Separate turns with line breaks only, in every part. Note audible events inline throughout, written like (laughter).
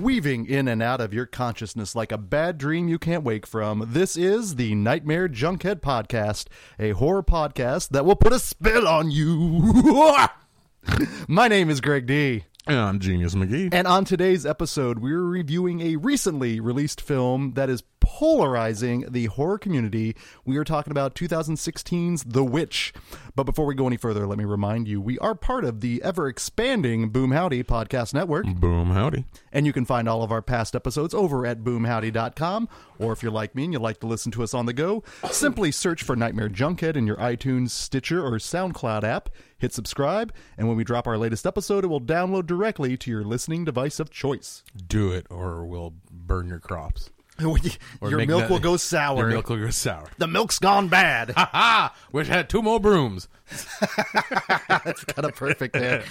weaving in and out of your consciousness like a bad dream you can't wake from. This is the Nightmare Junkhead Podcast, a horror podcast that will put a spell on you. (laughs) My name is Greg D.
And I'm Genius McGee.
And on today's episode, we're reviewing a recently released film that is polarizing the horror community. We are talking about 2016's The Witch. But before we go any further, let me remind you we are part of the ever expanding Boom Howdy podcast network.
Boom, howdy.
And you can find all of our past episodes over at boomhowdy.com. Or if you're like me and you like to listen to us on the go, simply search for Nightmare Junkhead in your iTunes, Stitcher, or SoundCloud app. Hit subscribe, and when we drop our latest episode, it will download directly to your listening device of choice.
Do it or we'll burn your crops. Or
your
make
milk
that-
will go sour.
Your milk will go sour.
the milk's gone bad.
Ha ha! Wish I had two more brooms.
(laughs) kind of perfect there.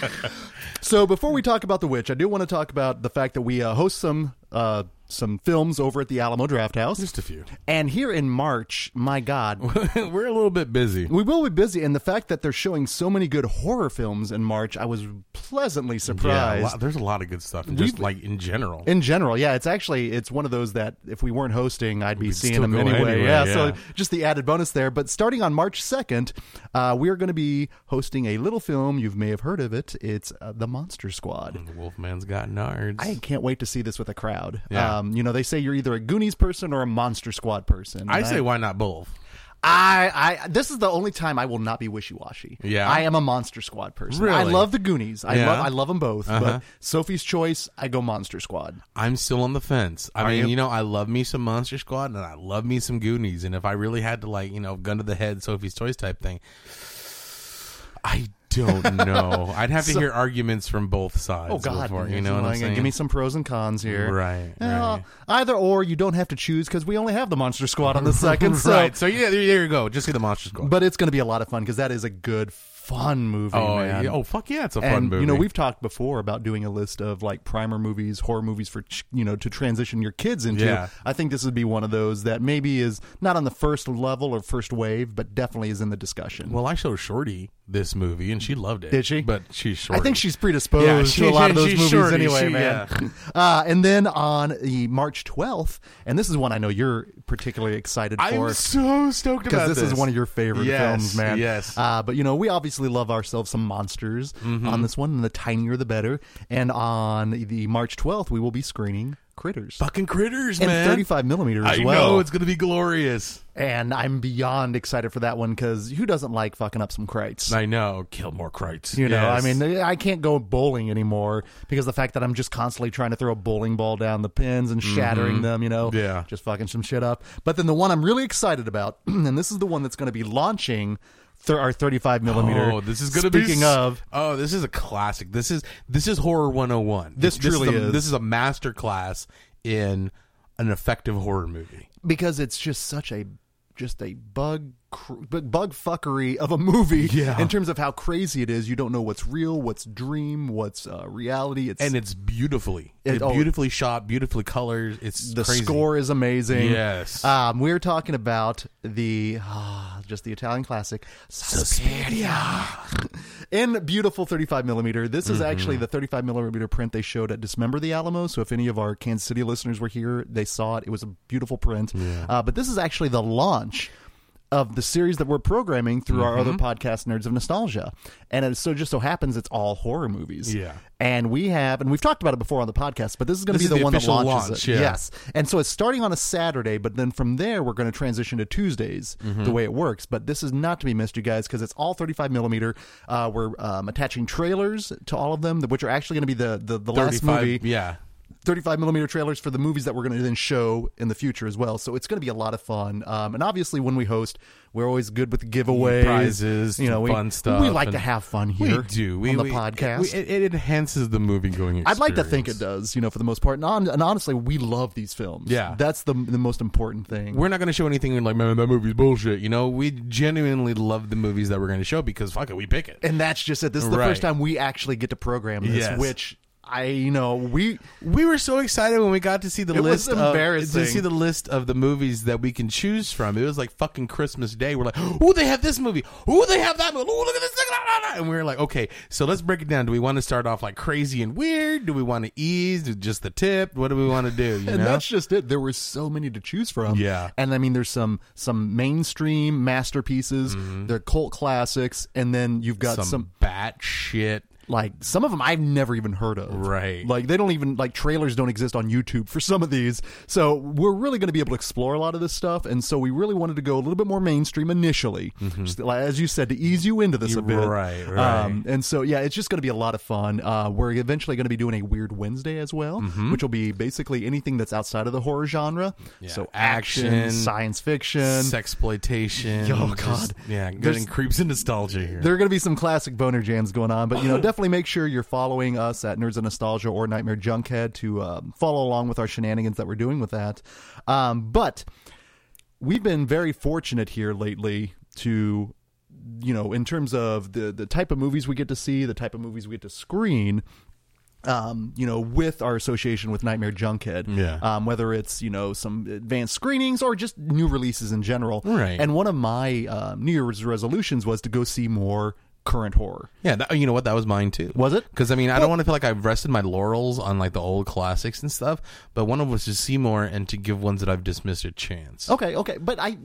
so before we talk about the witch, I do want to talk about the fact that we uh, host some uh, some films over at the Alamo Draft House,
Just a few. (laughs)
and here in March, my God.
We're a little bit busy.
We will be busy, and the fact that they're showing so many good horror films in March, I was pleasantly
a
surprised.
lot- there's a lot of good stuff. and Just like in general.
in general, yeah, it's actually it's one of those that if we weren't hosting, I'd be seeing
still
them
go
anyway.
anyway,
yeah, so
yeah.
just the added bonus there. But starting on March second, uh, we are going to be hosting a little film. You may have heard of it. It's uh, The Monster Squad.
the Wolfman's got nards.
I can't wait to see this with a crowd.
Yeah.
Um, you know, they say you're either a Goonies person or a Monster Squad person.
I
And
say, why not both?
I, I, this is the only time I will not be wishy washy.
Yeah?
I am a Monster Squad person. I
Really?
love the Goonies. I
Yeah? Uh-huh.
love, I love them both. But Sophie's Choice, I go Monster Squad.
I'm still on the fence. I mean,
you?
you? know, I love me some Monster Squad and I love me some Goonies. And if I really had to, like, you know, gun to the head, Sophie's Toys type thing, I
(laughs)
don't know. I'd have to hear arguments from both sides.
Oh God,
before- you
Nancy
know what I'm
Langan,
saying?
give me some pros and cons here.
Right,
Well,
right.
Either or, you don't have to choose because we only have the Monster Squad
(laughs)
on the second. so-
right. So yeah, there, there you go. Just get the Monster Squad.
but it's going to be a lot of fun because that is a good, fun movie.
oh,
man.
yeah. oh, fuck yeah, it's a fun
and
movie.
you know we've talked before about doing a list of like primer movies horror movies for ch- you know to transition your kids into
Yeah.
i think this would be one of those that maybe is not on the first level or first wave but definitely is in the discussion
well, I showed Shorty this movie and she loved it.
Did she?
But she's
I
short.
think she's predisposed
Yeah, she-
to a lot of those
she's
movies
shorty,
anyway,
she-
man. (laughs) Uh, and then on the March 12th, and this is one I know you're particularly excited for.
I'm so stoked about
because this, is one of your favorite
Yes,
films, man.
Yes. Mm-hmm.
Uh, but you know, we obviously love ourselves some monsters on this one, and the tinier the better. And on the March 12th, we will be screening Critters
Fucking critters,
and
man.
35 millimeter as
I
well.
know it's gonna be glorious.
and I'm beyond excited for that one because who doesn't like fucking up some crites?
I know. Kill more crites.
You know, I mean, I can't go bowling anymore because the fact that I'm just constantly trying to throw a bowling ball down the pins and shattering them, you know,
Mm-hmm. Yeah.
just fucking some shit up. But then the one I'm really excited about, (clears throat) and this is the one that's going to be launching th- our 35 millimeter.
Oh, this is gonna be.
speaking
s-
of.
oh, this is a classic. This is this is horror 101.
This truly
is, a,
is.
This is a master class in an effective horror movie.
because it's just such a just a bug cr- bu- bug fuckery of a movie
Yeah.
in terms of how crazy it is you don't know what's real what's dream what's uh, reality it's
and it's beautifully,
It-
it-
oh.
beautifully shot, beautifully colored. It's
the
crazy.
score is amazing
Yes.
um, we're talking about the ah, just the italian classic Suspiria. (laughs) in beautiful 35 millimeter this is
Mm-hmm.
actually the 35 millimeter print they showed at dismember the alamo so if any of our kansas city listeners were here they saw it it was a beautiful print uh, but this is actually the launch of the series that we're programming through our
Mm-hmm.
other podcast, Nerds of Nostalgia. And it so just so happens it's all horror movies.
Yeah.
And we have, and we've talked about it before on the podcast, but this is going to
This
be the,
is the
one that
official
launches
launch,
it.
yeah.
Yes. And so it's starting on a Saturday, but then from there we're going to transition to Tuesdays,
Mm-hmm.
the way it works. But this is not to be missed, you guys, because it's all 35 millimeter. Uh, we're um, attaching trailers to all of them, which are actually going to be the the, the last
35
movie.
Yeah.
35 millimeter trailers for the movies that we're going to then show in the future as well. So it's going to be a lot of fun. Um, and obviously, when we host, we're always good with giveaways,
Prizes,
you know, we,
fun stuff,
We like
and-
to have fun here.
we do. We,
on the
we-
podcast.
we- it, it enhances the movie going.
I'd like to think it does, you know, for the most part. And, on, and honestly, we love these films.
Yeah.
that's the the most important thing.
We're not going to show anything like, man, that movie's bullshit. You know, we genuinely love the movies that we're going to show because fuck it, we pick it.
and that's just it. This is the
Right.
first time we actually get to program this,
Yes.
which I you know we
We were so excited when we got to see the
It was
list. of-
embarrassing.
to see the list of the movies that we can choose from. It was like fucking Christmas Day. We're like, "Ooh, they have this movie. Ooh, they have that movie. Ooh, look at this thing." Blah, blah, blah." And we were like, "Okay, so let's break it down. Do we want to start off like crazy and weird? Do we want to ease? Do Just the tip? What do we want to do?"
(laughs)
You
and
know?
that's just it. There were so many to choose from.
Yeah.
and I mean, there's some some mainstream masterpieces. They're cult classics, and then you've got
Mm-hmm. Some,
some
bat shit.
like some of them I've never even heard of.
Right.
Like they don't even like trailers don't exist on YouTube for some of these. So we're really going to be able to explore a lot of this stuff, and so we really wanted to go a little bit more mainstream initially, just, like, as you said, to ease you into this a bit.
Mm-hmm.
Um,
Right, right.
and so yeah, it's just going to be a lot of fun. Uh, we're eventually going to be doing a Weird Wednesday as well,
Mm-hmm.
which will be basically anything that's outside of the horror genre. So action,
Action.
science fiction,
Sexploitation.
Oh,
Just-
God.
yeah, getting
There's-
creeps and nostalgia here.
There are going to be some classic boner jams going on, but you know, definitely make sure you're following us at Nerds of Nostalgia or Nightmare Junkhead to um, follow along with our shenanigans that we're doing with that. Um, but we've been very fortunate here lately to, you know, in terms of the the type of movies we get to see, the type of movies we get to screen. Um, you know, with our association with Nightmare Junkhead,
Yeah.
Um, whether it's you know some advanced screenings or just new releases in general,
Right.
And one of my uh, New Year's resolutions was to go see more current horror.
Yeah, that, you know what? That was mine too.
Was it?
Because I mean, I don't want to feel like I've rested my laurels on like the old classics and stuff. But one of them was to see more and to give ones that I've dismissed a chance.
Okay, okay, but I,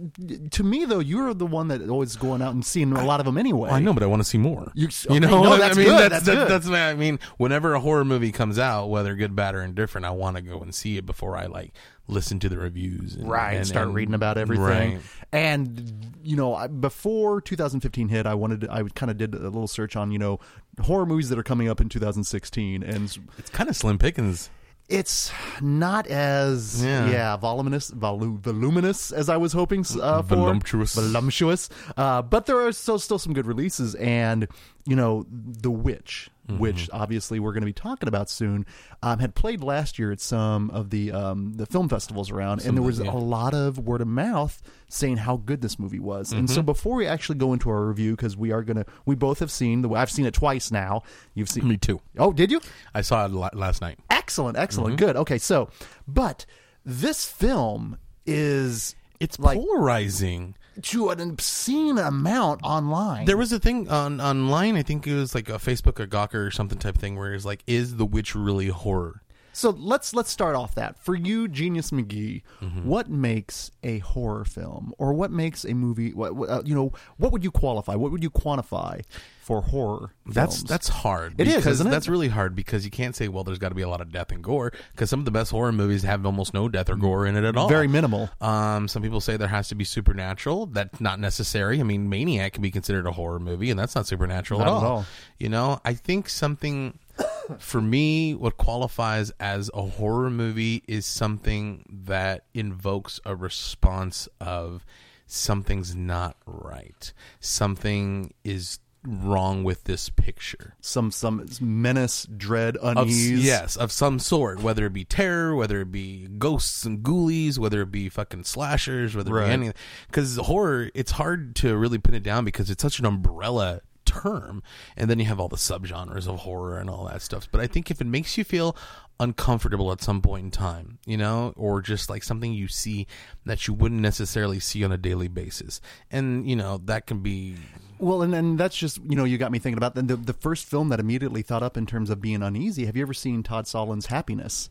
to me though, you're the one that always going out and seeing a lot of them anyway.
Oh, I know, but I want to see more.
You-
you know,
okay, no,
what
that's
I mean,
good,
That's
that's
that-
good.
that's what I mean. Whenever a horror movie comes out, whether good, bad, or indifferent, I want to go and see it before I like listen to the reviews. And,
right
and-
start
and-
reading about everything
Right.
and you know I- before 2015 hit i wanted to, i kind of did a little search on you know horror movies that are coming up in 2016 and
It's kind of slim pickings.
it's not as
Yeah.
yeah, voluminous volu- voluminous as I was hoping uh, for
Voluptuous.
voluptuous. Uh, but there are still still some good releases, and you know, The Witch,
Mm-hmm.
which obviously we're going to be talking about soon, um, had played last year at some of the um, the film festivals around, and there was
yeah.
a lot of word of mouth saying how good this movie was. And
Mm-hmm.
so before we actually go into our review, because we are gonna, we both have seen the I've seen it twice now. You've seen
Me too.
Oh, did you?
I saw it la- last night.
Excellent, excellent, good. Okay, so, but this film is
It's
like
polarizing.
to an obscene amount online.
There was a thing on online. I think it was like a Facebook or Gawker or something type thing where it's like, is the witch really horror?
so let's let's start off that for you, Genius McGee. What makes a horror film, or what makes a movie? What, what, uh, you know, what would you qualify? What would you quantify for horror?
That's
films?
that's hard.
It is,
because
isn't it?
That's really hard because you can't say, well, there's got to be a lot of death and gore because some of the best horror movies have almost no death or gore in it at all.
very minimal.
Um, some people say there has to be supernatural. That's not necessary. I mean, Maniac can be considered a horror movie, and that's not supernatural
Not at all.
You know, I think something (coughs) for me, what qualifies as a horror movie is something that invokes a response of something's not right, something is wrong with this picture
Some some menace, dread,
of s-
unease.
yes of some sort whether it be terror whether it be ghosts and ghoulies whether it be fucking slashers whether it
Right.
be anything because horror it's hard to really pin it down because it's such an umbrella term and then you have all the subgenres of horror and all that stuff but i think if it makes you feel uncomfortable at some point in time you know or just like something you see that you wouldn't necessarily see on a daily basis and you know that can be
Well, and, and that's just you know you got me thinking about the, the the first film that immediately thought up in terms of being uneasy. Have you ever seen Todd Solondz' Happiness?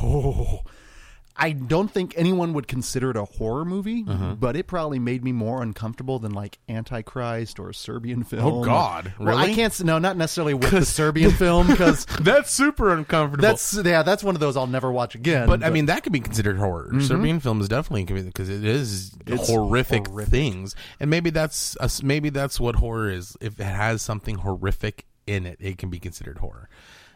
Oh, I don't think anyone would consider it a horror movie,
Uh-huh.
but it probably made me more uncomfortable than like Antichrist or a Serbian film.
Oh, God.
Well,
Really?
I can't. s- No, not necessarily with the
(laughs)
Serbian film because
that's super uncomfortable
that's yeah, that's one of those I'll never watch again.
But Mm-hmm. I mean, that could be considered horror. Serbian films definitely can be because it is
It's
horrific,
horrific.
things, and maybe that's a s- maybe that's what horror is. If it has something horrific in it, it can be considered horror.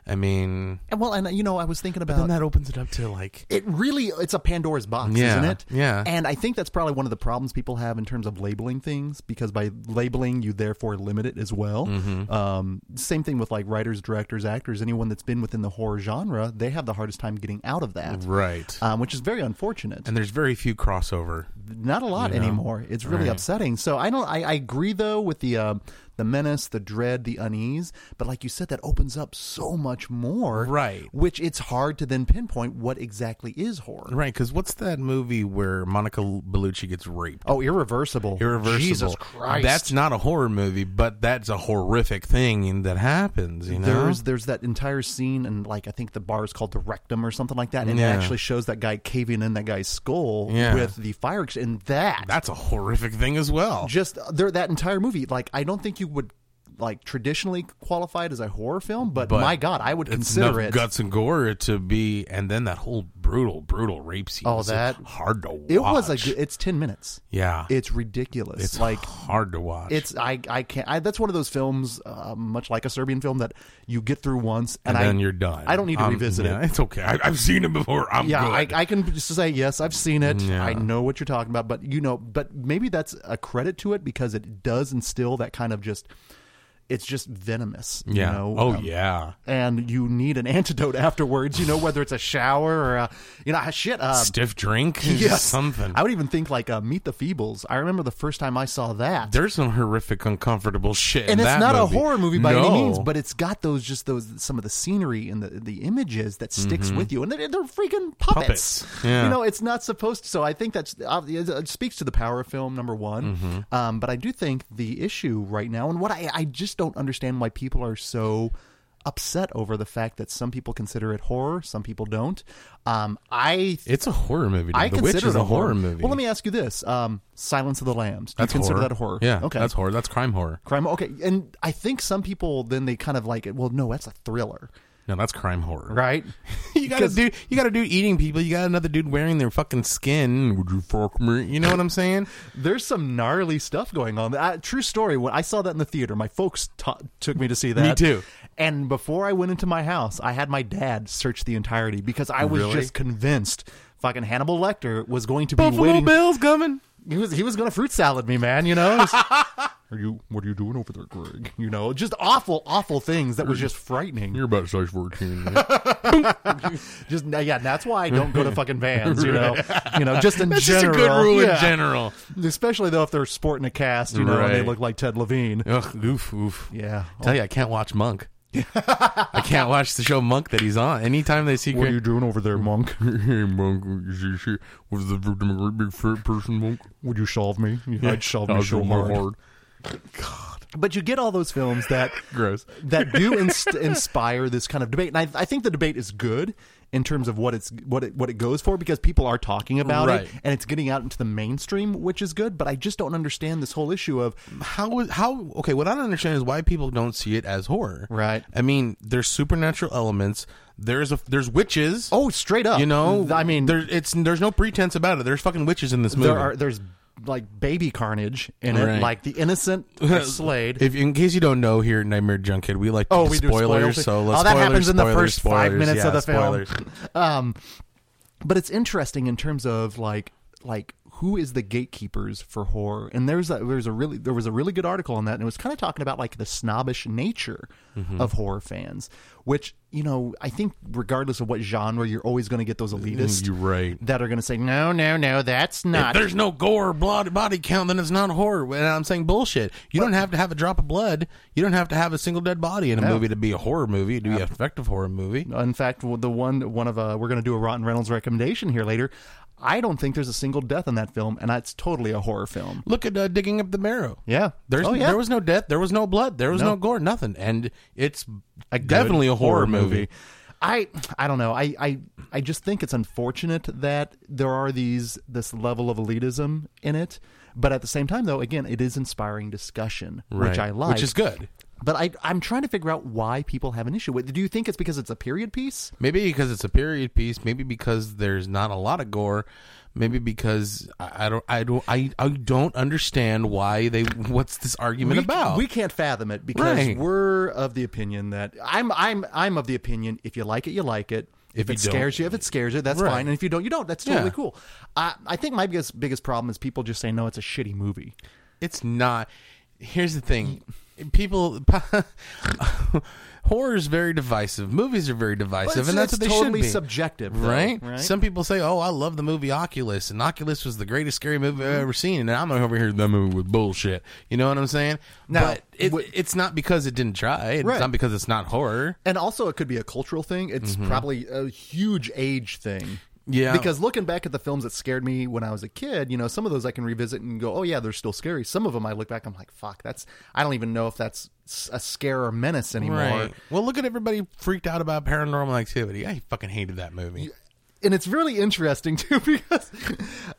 I mean,
well, and you know, I was thinking
then
about
that opens it up to like
it really it's a pandora's box
Yeah,
isn't it
yeah.
and i think that's probably one of the problems people have in terms of labeling things because by labeling you therefore limit it as well
Mm-hmm.
um, same thing with like writers directors actors anyone that's been within the horror genre they have the hardest time getting out of that
right,
um, which is very unfortunate
and there's very few crossover.
not a lot anymore it's really upsetting so i don't I, I agree though with the um, the menace, the dread, the unease. But like you said, that opens up so much more,
Right.
Which it's hard to then pinpoint what exactly is horror.
Right, because what's that movie where Monica Bellucci gets raped?
Oh, irreversible!
Irreversible.
Jesus Christ!
That's not a horror movie, but that's a horrific thing that happens. You know,
There's there's that entire scene and like I think the bar is called the rectum or something like that, and
Yeah.
it actually shows that guy caving in that guy's skull
Yeah.
with the fire ex- and that,
that's a horrific thing as well.
just there that entire movie. Like I don't think you would like traditionally qualify it as a horror film, but,
But
my God, I would
It's
consider
enough
it.
guts and gore to be, and then that whole brutal, brutal rape scene.
Oh,
was
that-
hard to watch.
It was a good- it's ten minutes.
yeah.
It's ridiculous.
it's
like
hard to watch.
it's I I can't. I, that's one of those films, uh, much like a Serbian film, that you get through once and,
and then
I,
you're done.
I don't need to
Um,
revisit
yeah,
it.
It's okay. I, I've seen it before. I'm
Yeah, I,
good.
I can just say yes. I've seen it.
Yeah.
I know what you're talking about, but you know, but maybe that's a credit to it because it does instill that kind of just. It's just venomous. You
yeah.
know?
oh
Um,
yeah.
And you need an (laughs) antidote afterwards. You know, whether it's a shower or a, you know, ah, shit. Uh,
Stiff drink.
(laughs) yes.
Something.
I would even think like uh, Meet the Feebles. I remember the first time I saw that.
There's some horrific, uncomfortable shit. in
and it's
that
not
movie.
a horror movie by
No.
any means, but it's got those just those some of the scenery and the the images that sticks with you, and they're, they're freaking puppets.
Mm-hmm. Puppets. Yeah.
You know, it's not supposed to. So I think that's uh, it speaks to the power of film number one.
Mm-hmm.
Um, but I do think the issue right now, and what I I just don't understand why people are so upset over the fact that some people consider it horror, some people don't. Um, I
it's a horror movie.
I
dude. the
consider
Witch is
it
a horror movie.
Well, let me ask you this: um, Silence of the Lambs. Do
that's
you consider
horror.
that a horror?
Yeah.
Okay.
That's horror. That's crime horror.
Crime. Okay, and I think some people then they kind of like it. Well, no, that's a thriller,
No, that's crime horror.
right?
You got a dude. You got a dude eating people. You got another dude wearing their fucking skin. Would you fuck me? You know what I'm saying?
(laughs) There's some gnarly stuff going on. Uh, true story. When I saw that in the theater, my folks ta took me to see that.
too.
And before I went into my house, I had my dad search the entirety because I was
Really?
just convinced fucking Hannibal Lecter was going to be
Buffalo
waiting.
Bill's coming.
He was he was going to fruit salad me, man. You know. Are you? What are you doing over there, Greg? You know, just awful, awful things that was just frightening.
You're about size 14.
Just yeah, that's why I don't
(laughs)
go to fucking vans. You know, (laughs) you know, just in
that's just a
general.
good rule
Yeah.
in general.
especially though if they're sporting a cast, you know, and they
Right.
look like Ted Levine.
Ugh, oof, oof.
Yeah.
Tell you, I can't watch Monk. I can't watch the show Monk that he's on. Anytime they see
What are you doing over there, monk? (laughs)
Hey, Monk, you see, was the victim a great big fat person, Monk?
Would you solve me? I'd solve me so hard. But you get all those films
(laughs)
that
Gross.
that do inst- inspire this kind of debate, and I, I think the debate is good in terms of what it's what it what it goes for because people are talking about
Right.
it and it's getting out into the mainstream, which is good. But I just don't understand this whole issue of
How is how okay? What I don't understand is why people don't see it as horror.
Right.
I mean, there's supernatural elements. There's a there's witches.
oh, straight up,
you know.
I mean,
there, it's there's no pretense about it. There's fucking witches in this movie.
there are there's like baby carnage in it,
Right.
like the
(laughs)
innocent is slayed.
If in case you don't know, here at Nightmare Junkhead, we like to
Oh,
do
we do
spoilers.
spoilers.
so
Oh,
let's
that
spoilers,
happens in the
spoilers,
first five
spoilers.
minutes of
Yeah,
the film.
spoilers.
Um, but it's interesting in terms of like like who is the gatekeepers for horror? And there's a, there's a really there was a really good article on that, and it was kind of talking about like the snobbish nature
Mm-hmm.
of horror fans, which you know I think regardless of what genre, you're always going to get those elitists
You're right.
that are going to say no, no, no, that's
If
not.
there's no gore, blood, body count, then it's not horror. And I'm saying bullshit. You don't have to have a drop of blood. You don't have to have a single dead body in a movie to be a horror movie, to be an effective horror movie.
In fact, the one one of uh, we're going to do a Rotten Reynolds recommendation here later. I don't think there's a single death in that film, and that's totally a horror film.
Look at uh, digging up the marrow.
Yeah,
There's,
oh, yeah.
There was no death. There was no blood. There was no, gore. Nothing. And it's definitely a
good
horror, movie.
I I don't know. I, I I just think it's unfortunate that there are these this level of elitism in it. But at the same time though, again, it is inspiring discussion, which I like.
Which is good.
But I I'm trying to figure out why people have an issue with it. Do you think it's because it's a period piece?
Maybe because it's a period piece. Maybe because there's not a lot of gore. Maybe because I, I don't, I don't, I, I don't understand why they. (laughs) What's this argument
we,
about?
we can't fathom it because
Right.
we're of the opinion that I'm I'm I'm of the opinion if you like it, you like it. If,
If
it
you don't-
scares you, if it scares you, that's
Right.
fine. And if you don't, you don't. That's totally
Yeah.
cool. I, I think my biggest biggest problem is people just say no, it's a shitty movie.
It's not. Here's the thing. people (laughs) horror is very divisive. Movies are very divisive,
it's-
and that's
it's
what they
totally
should be.
subjective, though,
Right?
right?
Some people say, "Oh, I love the movie Oculus, and Oculus was the greatest scary movie I've ever seen." And I'm over here, that movie was bullshit. You know what I'm saying?
Now,
but it,
what-
it's not because it didn't try. It's
Right.
not because it's not horror.
And also, it could be a cultural thing. It's probably a huge age thing.
Mm-hmm. Yeah.
Because looking back at the films that scared me when I was a kid, you know, some of those I can revisit and go, oh, yeah, they're still scary. Some of them I look back, I'm like, fuck, that's, I don't even know if that's s- a scare or menace anymore.
Right. Well, look at everybody freaked out about Paranormal Activity. I fucking hated that movie.
and it's really interesting (laughs) too because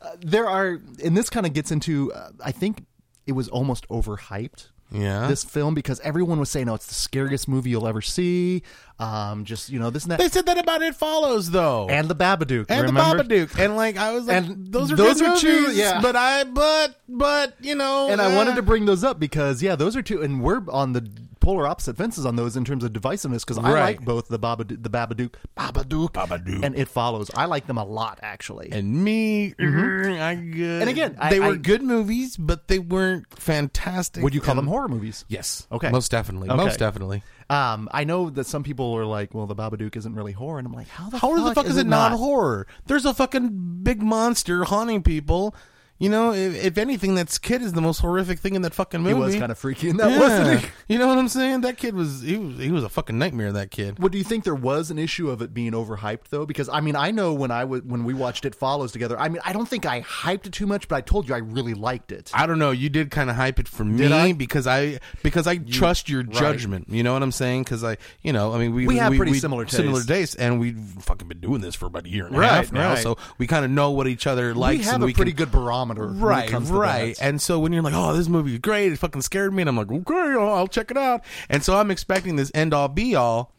uh, there are and this kind of gets into uh, i think it was almost overhyped
Yeah.
this film because everyone was saying oh it's the scariest movie you'll ever see um just you know this and that
They said that about It Follows, though.
and the babadook
and
remember?
the Babadook, and like I was like,
And
those are
those
good
are two-
movies,
yeah.
But I, but but you know,
and I
eh.
wanted to bring those up because yeah, those are two, and we're on the polar opposite fences on those in terms of divisiveness. Because I
Right.
like both the Babadook, the Babadook, Babadook,
Babadook.
and It Follows. I like them a lot, actually.
and me, mm, I good.
Mm-hmm. And again, I-
they were
I-
good movies, but they weren't fantastic.
Would you call
And-
them horror movies?
Yes.
Okay.
Most definitely.
Okay.
Most definitely.
Um, I know that some people are like, "Well, the Babadook isn't really horror," and I'm like, "How the
How
fuck
the fuck is, it
not
not horror? There's a fucking big monster haunting people. You know, if, if anything, that kid is the most horrific thing in that fucking movie.
It was kind of freaky in that, (laughs)
Yeah.
wasn't it?
You know what I'm saying? That kid was he was he was a fucking nightmare. That kid.
What do you think? There was an issue of it being overhyped, though, because I mean, I know when I was when we watched It Follows together. I mean, I don't think I hyped it too much, but I told you I really liked it.
I don't know. You did kind of hype it for me
I?
because I because I trust your judgment. You know what I'm saying? Because I, you know, I mean, we
We have pretty similar
similar
tastes.
tastes, and we've fucking been doing this for about a year and
Right,
a half now,
right.
so we kind of know what each other likes.
we have
and
a
we
pretty
can,
good barometer, when it
Right,
comes to
right,
that.
and so when you're like, "Oh, this movie is great," it fucking scared me, and I'm like, "Okay, I'll I'll check it out." And so I'm expecting this end all be all,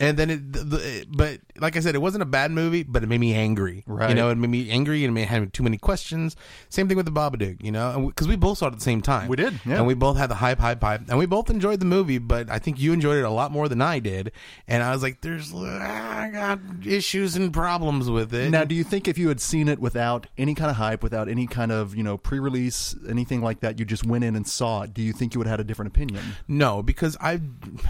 and then it, the, the, but like I said, it wasn't a bad movie, but it made me angry.
Right.
you know, it made me angry, and it made having too many questions. Same thing with the Babadook, you know, because we both saw it at the same time.
We did, yeah.
and we both had the hype, hype, hype, and we both enjoyed the movie. But I think you enjoyed it a lot more than I did, and I was like, "There's, ah, I got issues and problems with it."
Now, do you think if you had seen it without any kind of hype, without any kind of you know pre-release, anything like that, you just went in and saw it? Do you think you would have had a different opinion?
No, because I've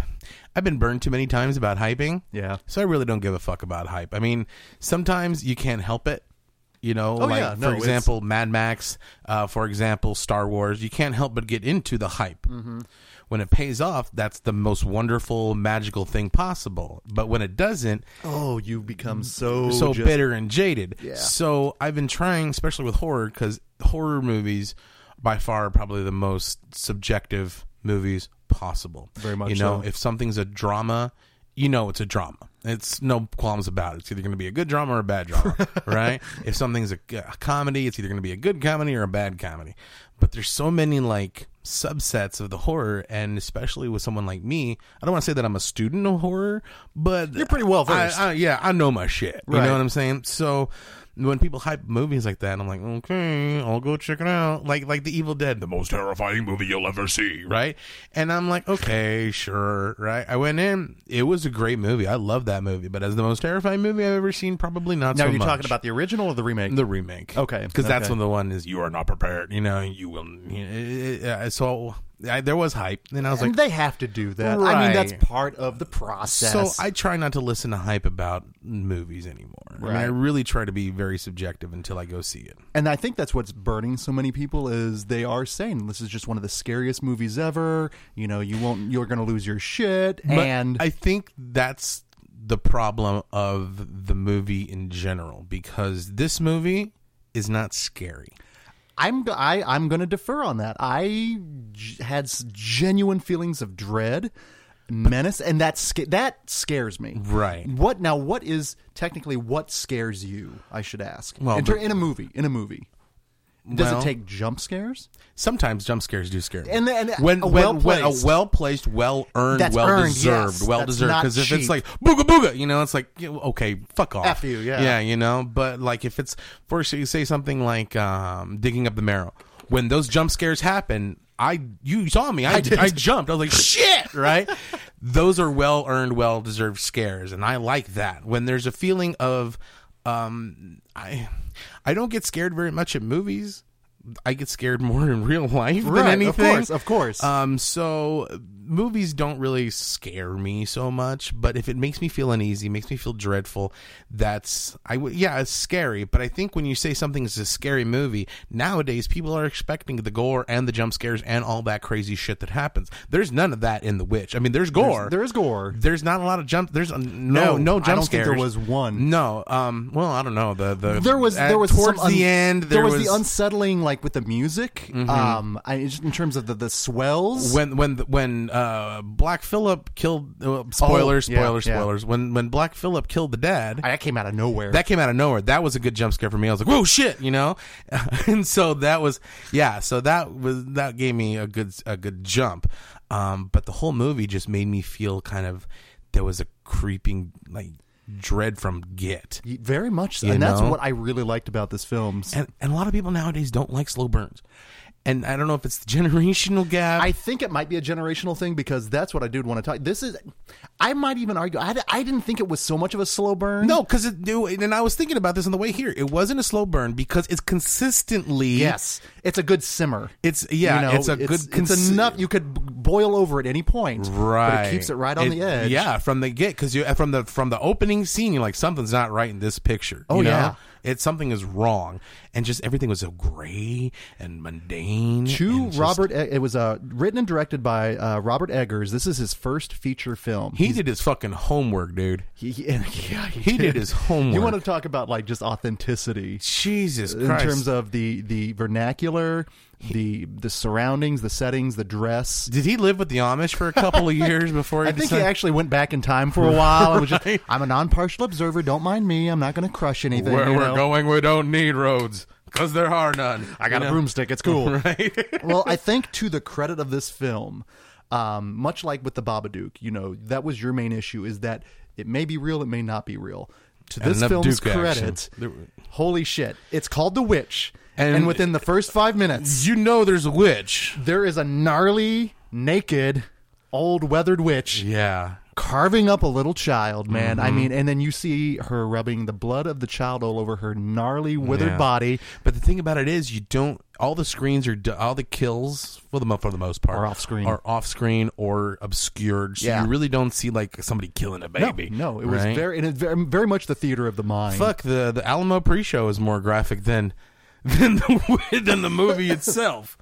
I've been burned too many times about hyping.
Yeah.
So I really don't give a fuck about hype. I mean, sometimes you can't help it. You know, like
Oh, yeah, no,
for
it's-
example, Mad Max. Uh, for example, Star Wars. You can't help but get into the hype.
Mm-hmm.
When it pays off, that's the most wonderful, magical thing possible. But when it doesn't,
Oh, you become so
so
just-
bitter and jaded.
Yeah.
So I've been trying, especially with horror, because horror movies by far are probably the most subjective movies possible.
Very much
You know,
so.
if something's a drama, you know it's a drama. It's no qualms about it. It's either going to be a good drama or a
(laughs)
bad drama, right? If something's a, a comedy, it's either going to be a good comedy or a bad comedy. But there's so many like subsets of the horror, and especially with someone like me, I don't want to say that I'm a student of horror, but
You're pretty well
I-
versed.
I- yeah, I know my shit. You
Right.
know what I'm saying? So when people hype movies like that, I'm like, okay, I'll go check it out. Like like The Evil Dead, the most terrifying movie you'll ever see, right? And I'm like, okay, sure, right? I went in. It was a great movie. I love that movie, but as the most terrifying movie I've ever seen, probably not
Now,
so
you're
much.
talking about the original or the remake?
The remake,
Okay,
because that's
okay.
when the one is you are not prepared. You know, you will. You know, uh, so I, there was hype, and I was like,
and they have to do that. I mean,
Right.
that's part of the process.
So I try not to listen to hype about movies anymore. I, mean,
Right.
I really try to be very subjective until I go see it.
and I think that's what's burning so many people is they are saying this is just one of the scariest movies ever. You know, you won't, you're going to lose your shit.
But
and
I think that's the problem of the movie in general because this movie is not scary.
I'm go- I, I'm going to defer on that. I g- had s- genuine feelings of dread, menace, and that sca- that scares me.
Right.
What now? What is technically what scares you? I should ask.
Well,
in, ter-
but-
in a movie, in a movie, does
Well-
it take jump scares?
Sometimes jump scares do scare me.
And- and
when
a
when, when a
well-placed-
well placed, well earned,
That's
well
earned,
deserved,
yes.
well
That's
deserved.
not
Because if it's
cheap.
like booga booga, you know, it's like you- okay, fuck off.
F you, yeah.
yeah, you know. But like if it's for you say something like um, digging up the marrow. When those jump scares happen, I you saw me. I I,
did.
jumped. I was like shit, right? (laughs) those are well earned, well deserved scares, and I like that. When there's a feeling of um, I I don't get scared very much at movies. I get scared more in real life than
Right, of
anything.
course, of course.
Um, so movies don't really scare me so much, but if it makes me feel uneasy, makes me feel dreadful, that's I would yeah, it's scary. But I think when you say something is a scary movie nowadays, people are expecting the gore and the jump scares and all that crazy shit that happens. There's none of that in The Witch. I mean, there's gore.
there is gore.
There's not a lot of jump. There's uh, no no,
No,
jump
I don't think
scares.
there was one.
No. Um. Well, I don't know. The, the
There was
at-
there was
towards
some un-
the end
There, was, the unsettling, like with the music. Um, I, just in terms of the the swells.
when when when uh Black Phillip killed uh, spoilers
Oh, yeah,
spoilers
yeah.
spoilers when when Black Phillip killed the dad
I- that came out of nowhere.
that came out of nowhere that was a good jump scare for me I was like whoa shit you know (laughs) and so that was yeah so that was that gave me a good a good jump um but the whole movie just made me feel kind of there was a creeping like dread from get
Y- Very much so.
You
And that's
know?
what I really liked about this film.
and and a lot of people nowadays don't like slow burns and I don't know if it's the (laughs) generational gap
I think it might be a generational thing because that's what I did want to talk. This is, I might even argue, I, I didn't think it was so much of a slow burn.
No, because it do, and I was thinking about this on the way here. It wasn't a slow burn because it's consistently.
Yes. It's a good simmer.
it's yeah,
You know,
it's a good.
it's
consi-
enough. You could b- boil over at any point.
right?
But it keeps it right on the edge.
Yeah, from the get, because you from the from the opening scene, you're like something's not right in this picture.
Oh,
you know?
yeah.
it's something is wrong, and just everything was so gray and mundane.
To
and just-
Robert, E- it was uh, written and directed by uh, Robert Eggers. This is his first feature film.
he did his fucking homework, dude.
He, he, (laughs) yeah, he,
He did his homework.
You want to talk about like just authenticity
Jesus
in
Christ!
terms of the the vernacular, the the surroundings, the settings, the dress.
did he live with the Amish for a couple of years before?
(laughs)
He
I think he
decided-
actually went back in time for a while. and was just, I'm a non-partial observer. Don't mind me. I'm not going to crush anything.
Where
you
we're
know?
going, we don't need roads because there are none.
I got a
You know?
broomstick. It's cool.
(laughs) Right?
well, I think to the credit of this film, um, much like with the Babadook, you know, that was your main issue is that it may be real, it may not be real. To
And
this
enough
film's
Duke
credit,
action. There-
holy shit, it's called The Witch,
And-
and, within the first five minutes,
you know there's a witch.
there is a gnarly, naked, old weathered witch
Yeah.
carving up a little child, man.
Mm-hmm.
I mean, and then you see her rubbing the blood of the child all over her gnarly, withered
Yeah.
body.
But the thing about it is, you don't. All the screens are do- all the kills for the mo- for the most part
Are off screen.
are off screen or obscured. So
Yeah.
you really don't see like somebody killing a baby.
No, no, it was
right?
very, and it very, very much the theater of the mind.
fuck the the Alamo pre-show is more graphic than (laughs) than the than the movie itself.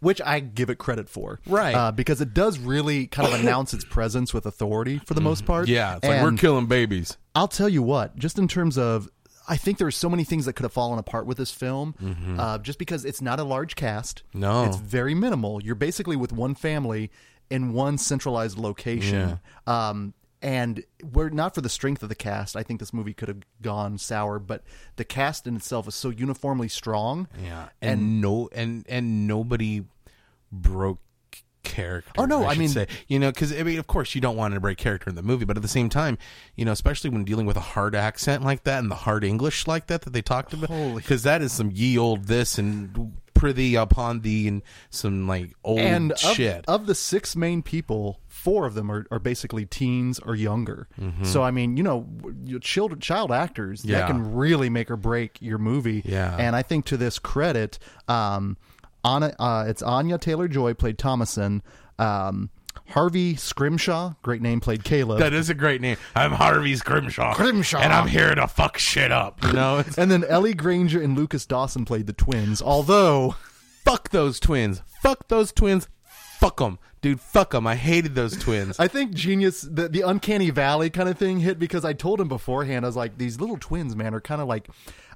which I give it credit for,
Right.
Uh, because it does really kind of announce its presence with authority for the most part.
Mm-hmm. Yeah, it's like we're
And
killing babies.
I'll tell you what, just in terms of, I think there's so many things that could have fallen apart with this film, uh, just because it's not a large cast.
No.
it's very minimal. You're basically with one family in one centralized location. Um, and we're not for the strength of the cast. I think this movie could have gone sour, but the cast in itself is so uniformly strong.
Yeah, and, no, and and nobody broke character.
Oh, no, I
should
mean-
say. you know, because I mean, of course, you don't want to break character in the movie, but at the same time, you know, especially when dealing with a hard accent like that and the hard English like that that they talked about,
Holy-
because that is some ye old this and prithee upon thee and some like old
and of,
shit.
of the six main people, four of them are, are basically teens or younger. So I mean, you know, your child child actors
Mm-hmm. Yeah.
that can really make or break your movie.
Yeah.
And I think to this credit, um, Anna, uh, it's Anya Taylor Joy played Thomason. Um, Harvey Scrimshaw, great name, played Caleb.
that is a great name. I'm Harvey's Grimshaw.
Grimshaw.
and I'm here to fuck shit up. You know, It's-
and then Ellie Granger and Lucas Dawson played the twins. Although
fuck those twins. Fuck those twins. Fuck them, dude. Fuck them. I hated those
(laughs)
twins.
I think genius, the, the uncanny valley kind of thing hit because I told him beforehand. I was like, these little twins, man, are kind of like.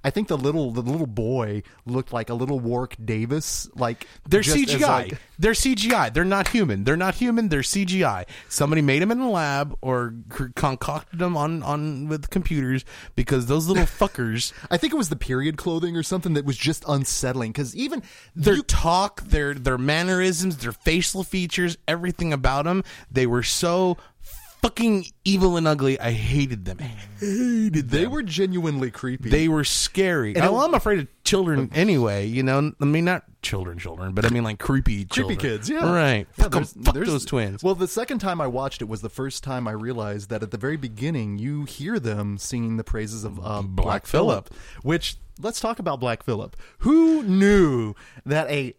I think the little the little boy looked like a little Warwick Davis, like
They're
just as,
CGI.
like-
they're CGI. They're not human. They're not human. They're CGI. Somebody made them in a lab or c- concocted them on, on with computers because
(laughs)
those little fuckers.
I think it was the period clothing or something that was just unsettling because even
Their
you-
talk, their their mannerisms, their facial features, everything about them, they were so fucking evil and ugly. I hated them. I hated them.
they were Oh. genuinely creepy.
They were scary. Well, I'm afraid of children anyway, you know. I mean, not children, children, but I mean like creepy, children.
kids, yeah.
right.
Yeah,
fuck 'em.
there's-
fuck
there's-
those twins.
Well, the second time I watched it was the first time I realized that at the very beginning you hear them singing the praises of uh, Black, Phillip,
Phillip.
which let's talk about Black Phillip. Who knew that a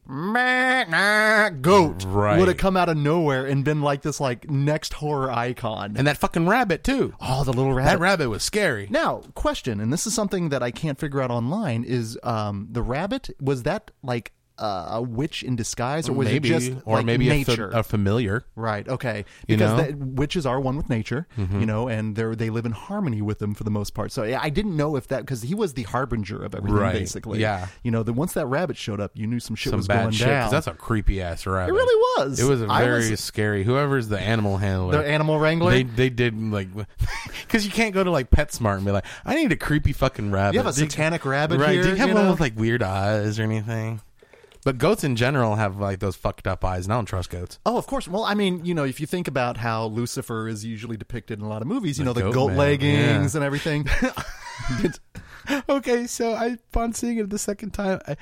meh-nah goat
Right.
would have come out of nowhere and been like this like next horror icon?
and that fucking rabbit too.
oh, the little rabbit.
That rabbit was scary.
Now, question, and this is something that I can't figure out online: is um, the rabbit was that like uh, a witch in disguise, or was
maybe,
it just
or
like,
maybe a, fa-
nature?
a familiar.
right? Okay,
You
because
know? Mm-hmm.
the- witches are one with nature, you know, and they they live in harmony with them for the most part. So yeah, I didn't know if that because he was the harbinger of everything,
Right,
basically.
yeah.
you know, that once that rabbit showed up, you knew some shit
Some
was going
bad shit. 'cause
down.
That's a creepy ass rabbit.
it really was.
It was a
I
very scary. Whoever's the animal handler,
the animal wrangler.
They they did like (laughs) because you can't go to like PetSmart and be like, I need a creepy fucking rabbit.
you have a
Do
satanic rabbit
right?
here.
Do you have
you
one
know?
with like weird eyes or anything? But goats in general have like those fucked up eyes, and I don't trust goats.
Oh, of course. Well, I mean, you know, if you think about how Lucifer is usually depicted in a lot of movies, you know, the
goat
goat
man,
leggings
yeah.
and
(laughs)
everything.
(laughs)
(laughs)
Okay, so I upon seeing it the second time, I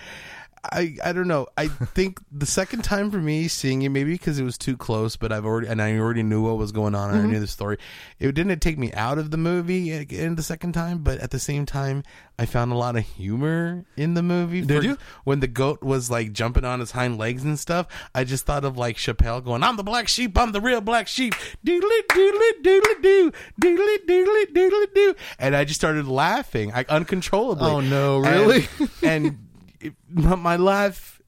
I, I don't know. I think the second time for me seeing it, maybe because it was too close, but I've already and I already knew what was going on. and I knew the story. It didn't take me out of the movie again the second time, but at the same time, I found a lot of humor in the movie.
Did
For-
you?
When the goat was like jumping on his hind legs and stuff, I just thought of like Chappelle going, "I'm the black sheep. I'm the real black sheep." Doodle doodle doodle do doodle doodle doodle do, and I just started laughing like uncontrollably.
Oh, no, really?
And, and it, my, my laugh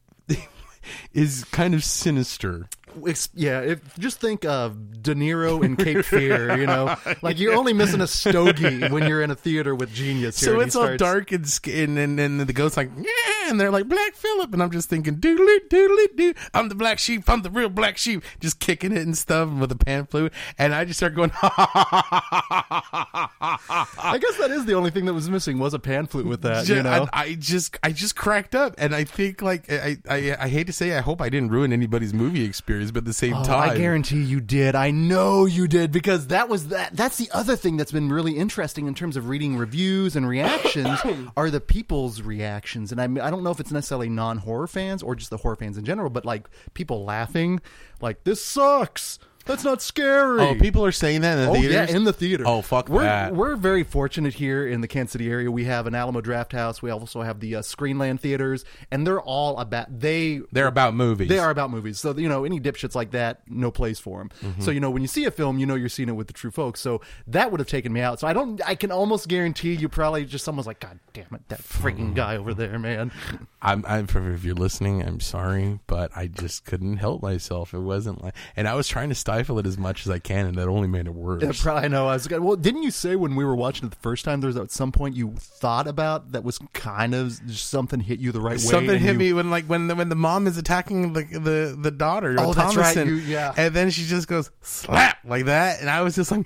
(laughs) is kind of sinister.
Ex- yeah, if, just think of De Niro
(laughs)
in Cape Fear, you know? Like, you're only missing a stogie when you're in a theater with genius. Here
So
and he
it's all
starts-
dark and sk- and, and and the goat's like yeah, and they're like Black Phillip, and I'm just thinking doodly doodly doo. I'm the black sheep. I'm the real black sheep. Just kicking it and stuff with a pan flute, and I just start going. (laughs)
I guess that is the only thing that was missing was a pan flute with that, Uh, you know?
I, I just I just cracked up, and I think like I, I I hate to say I hope I didn't ruin anybody's movie experience, but at the same
Oh,
time,
I guarantee you did. I know you did because that was that. That's the other thing that's been really interesting in terms of reading reviews and
(coughs)
reactions are the people's reactions. And I, mean, I don't know if it's necessarily non horror fans or just the horror fans in general, but like people laughing, like this sucks. That's not scary.
Oh, people are saying that in the
Oh,
theaters?
yeah, in the theater.
Oh, fuck
we're,
that.
We're very fortunate here in the Kansas City area. We have an Alamo Draft House. We also have the uh, Screenland theaters, and they're all about they
They're about movies.
they are about movies. So, you know, any dipshits like that, no place for them.
Mm-hmm.
So, you know, when you see a film, you know you're seeing it with the true folks. So that would have taken me out. So I don't, I can almost guarantee you probably just someone's like, God damn it, that
Mm-hmm.
freaking guy over there, man. (laughs)
I'm, I'm for- if you're listening, I'm sorry, but I just couldn't help myself. It wasn't like, and I was trying to stifle it as much as I can, and that only made it worse.
Yeah, probably, I know. I was like, well, didn't you say when we were watching it the first time, there was at some point you thought about that was kind of just something hit you the right way?
Something
and
hit
you-
me when like when the, when the mom is attacking the the, the daughter.
Oh, that's right,
Thomason,
you- yeah.
And then she just goes slap like that, and I was just like,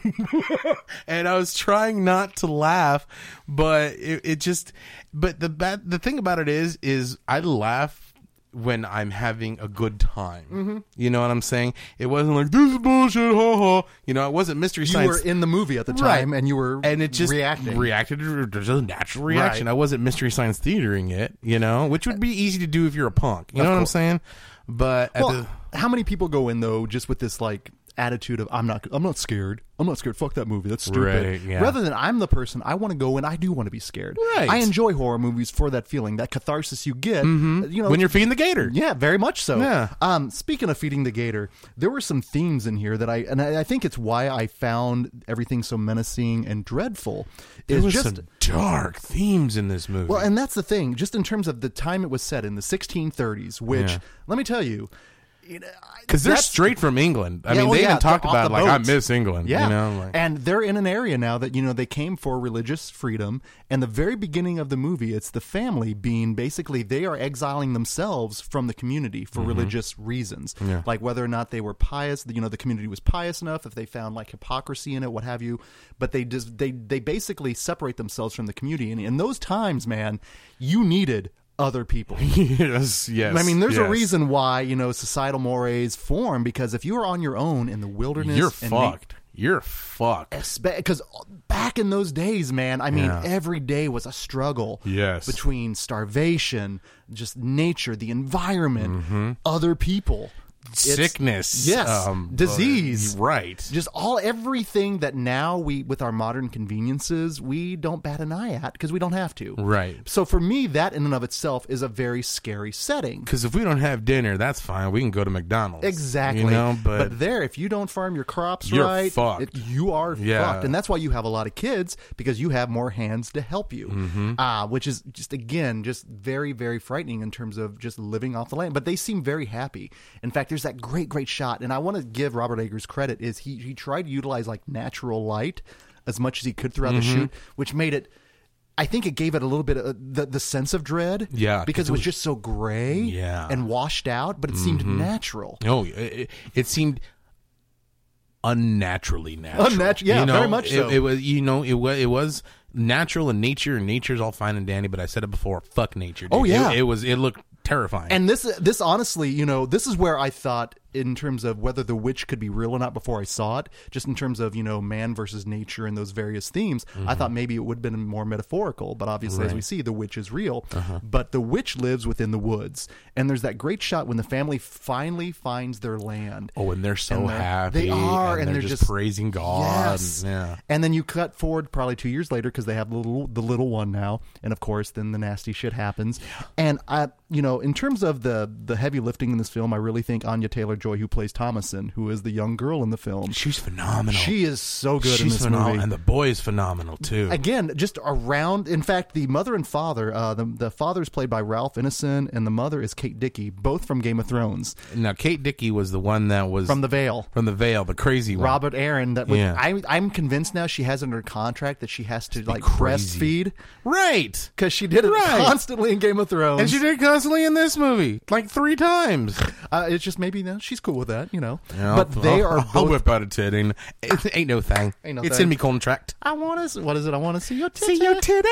(laughs) and I was trying not to laugh, but it, it just. But the bad the thing about it is is I laugh when I'm having a good time.
Mm-hmm.
You know what I'm saying? It wasn't like this is bullshit, ha ha. You know, it wasn't mystery
You
science
were in the movie at the
Right.
time and you were
and it just
reacting.
reacted to there's a natural reaction.
Right.
I wasn't mystery science theatering it, you know, which would be easy to do if you're a punk. You know what I'm saying? But at
Well, how many people go in though just with this like attitude of I'm not I'm not scared. I'm not scared. Fuck that movie. That's stupid.
Right, yeah.
Rather than I'm the person I want to go in. I do want to be scared.
Right.
I enjoy horror movies for that feeling, that catharsis you get. You
the,
know,
Mm-hmm. when you're feeding the gator,
yeah, very much so.
Yeah.
Um, speaking of feeding the gator, there were some themes in here that I and I, I think it's why I found everything so menacing and dreadful.
there
Is
was
just
some dark themes in this movie.
well, and that's the thing, just in terms of the time it was set in the 1630s, which
Yeah.
let me tell you,
because they're
that's-
straight from England. I
Yeah,
mean,
well,
they
yeah,
even talked
they're off
about
the
like I
boats.
miss England.
Yeah.
you know, like,
and they're in an area now that, you know, they came for religious freedom. And the very beginning of the movie, it's the family being basically they are exiling themselves from the community for
Mm-hmm.
religious reasons. Like whether or not they were pious, you know, the community was pious enough, if they found like hypocrisy in it, what have you. But they just, they, they basically separate themselves from the community. And in those times, man, you needed other people.
(laughs) yes, yes.
I mean, there's a
yes.
reason why, you know, societal mores form because if you are on your own in the wilderness
You're
and na-
fucked. you're fucked.
because back in those days, man, I mean,
Yeah.
every day was a struggle.
Yes.
between starvation, just nature, the environment,
Mm-hmm.
other people, It's-
Sickness. Um,
yes, disease.
Right.
just all everything that now we with our modern conveniences we don't bat an eye at because we don't have to.
Right.
So for me, that in and of itself is a very scary setting.
Because if we don't have dinner, that's fine. We can go to McDonald's.
Exactly.
You know, but,
there, if you don't farm your crops
You're
right,
fucked.
you are
Yeah.
fucked, and that's why you have a lot of kids because you have more hands to help you,
Mm-hmm.
uh, which is just again just very very frightening in terms of just living off the land. But they seem very happy. In fact, there's that great great shot, and I want to give Robert Eggers credit is he he tried to utilize like natural light as much as he could throughout
Mm-hmm.
the shoot, which made it. I think it gave it a little bit of the, the sense of dread.
Yeah, 'cause
Because
it
it was
was-
just so gray
Yeah. Mm-hmm.
and washed out, but it seemed natural.
no, it, it- it seemed unnaturally natural.
Unnatu- yeah,
you know,
very much
it,
so.
It was, you know, it was, it was natural in nature, and nature's all fine and dandy. But I said it before, fuck nature. dude.
Oh, yeah.
it, it was. It looked terrifying.
And this, this honestly, you know, this is where I thought in terms of whether the witch could be real or not before I saw it. Just in terms of you know man versus nature and those various themes, I thought maybe it would have been more metaphorical. But obviously, as we see, the witch is real. But the witch lives within the woods, and there's that great shot when the family finally finds their land.
oh, and they're so
and they're-
happy.
they are, and
they're
they're
just,
just-
praising God.
Yes.
Yeah.
And then you cut forward probably two years later because they have little the little one now, and of course, then the nasty shit happens. And I, you know, in terms of the the heavy lifting in this film, I really think Anya Taylor Joy, who plays Thomason, who is the young girl in the film,
She's phenomenal.
she is so good
She's
in this
phenomenal,
movie.
and the boy is phenomenal too.
Again, just around. In fact, the mother and father, uh, the the father is played by Ralph Ineson, and the mother is Kate Dickey, both from Game of Thrones,
now, Kate Dickey was the one that was
from The Vale.
from the Veil, the crazy one.
Robert Aaron, that was,
Yeah.
I, I'm convinced now she has under contract that she has to like
crazy.
breastfeed.
Right.
because she did it
Right.
constantly in Game of Thrones.
And she did it constantly in this movie, like three times.
uh, it's just maybe you know, she's cool with that, you know. but they
I'll-
are
I'll
both.
whip out a tit. Ain't, it ain't no thing.
Ain't no
it's
thing.
in me contract.
I want to. See, what is it? I want to see your tits.
See your titty.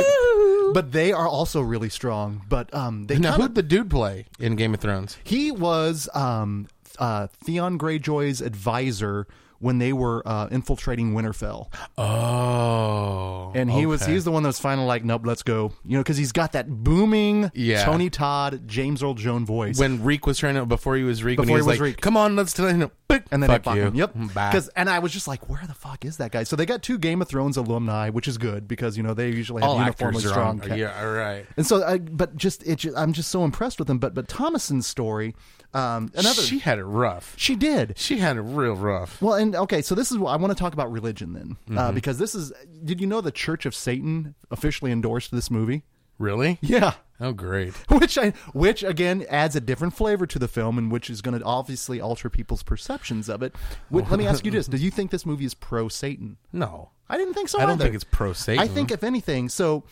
Ooh.
But they are also really strong. But um, they
Now,
kinda-
who'd the dude play in Game of Thrones?
he was um uh Theon Greyjoy's advisor when they were uh, infiltrating Winterfell,
Oh.
and he was
okay.
he's the one that was finally like, nope, let's go, you know, because he's got that booming
Yeah.
Tony Todd, James Earl Jones voice.
When Reek was trying to, before he was Reek, when
Before
he was,
he was
like,
Reek.
come on, let's, do it."
and then
fuck
they fuck
you. Mm,
him. Yep.
(laughs) Bye.
Because and I was just like, where the fuck is that guy? So they got two Game of Thrones alumni, which is good because you know they usually have
all
uniformly
actors are
strong.
on.
ca-
Yeah, all right.
And so, I, but just it, ju- I'm just so impressed with him. But but Thomason's story, um, another
She had it rough.
she did.
She had it real rough.
Well, and okay, so this is what I want to talk about religion then,
Mm-hmm.
uh, because this is. Did you know the Church of Satan officially endorsed this movie? (laughs)
Really?
Yeah,
Oh, great.
which I, which again adds a different flavor to the film, and which is going to obviously alter people's perceptions of it. Wh- Let me ask you this: Do you think this movie is pro Satan?
No.
I didn't think so.
I don't
either.
think it's pro Satan.
I think if anything, so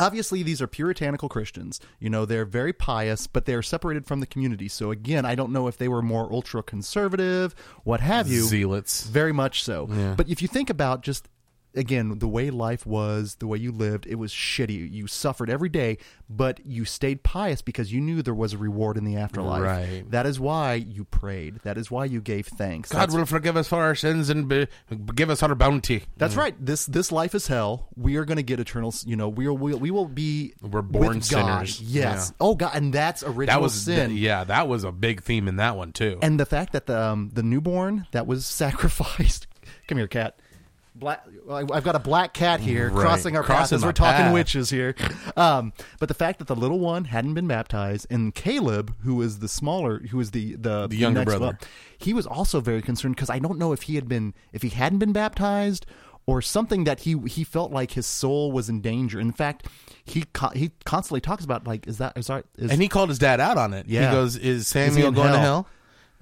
obviously these are puritanical Christians. You know, they're very pious, but they're separated from the community. So again, I don't know if they were more ultra conservative, what have you.
zealots.
Very much so. But if you think about just again the way life was, the way you lived, it was shitty. You suffered every day, but you stayed pious because you knew there was a reward in the afterlife.
Right.
That is why you prayed. That is why you gave thanks.
God will forgive us for our sins and be, give us our bounty.
That's right. This this life is hell. We are going to get eternal. s- You know, we are, we, we will be.
We're born
with God.
sinners.
Yes.
Yeah.
Oh God, and that's original
That was
sin.
yeah, that was a big theme in that one too.
And the fact that the um, the newborn that was (laughs) sacrificed. Come here, cat. Black. I- I've got a black cat here
Right.
crossing our paths
Crossing
as
my
we're talking
path.
witches here. Um, but the fact that the little one hadn't been baptized and Caleb, who is the smaller, who is the the,
The younger
next
brother.
up, he was also very concerned because I don't know if he had been if he hadn't been baptized or something that he he felt like his soul was in danger. In fact, he co- he constantly talks about like is that is that is
And he called his dad out on it.
Yeah.
He goes, "Is
he
Samuel
in
going to
hell?
hell?"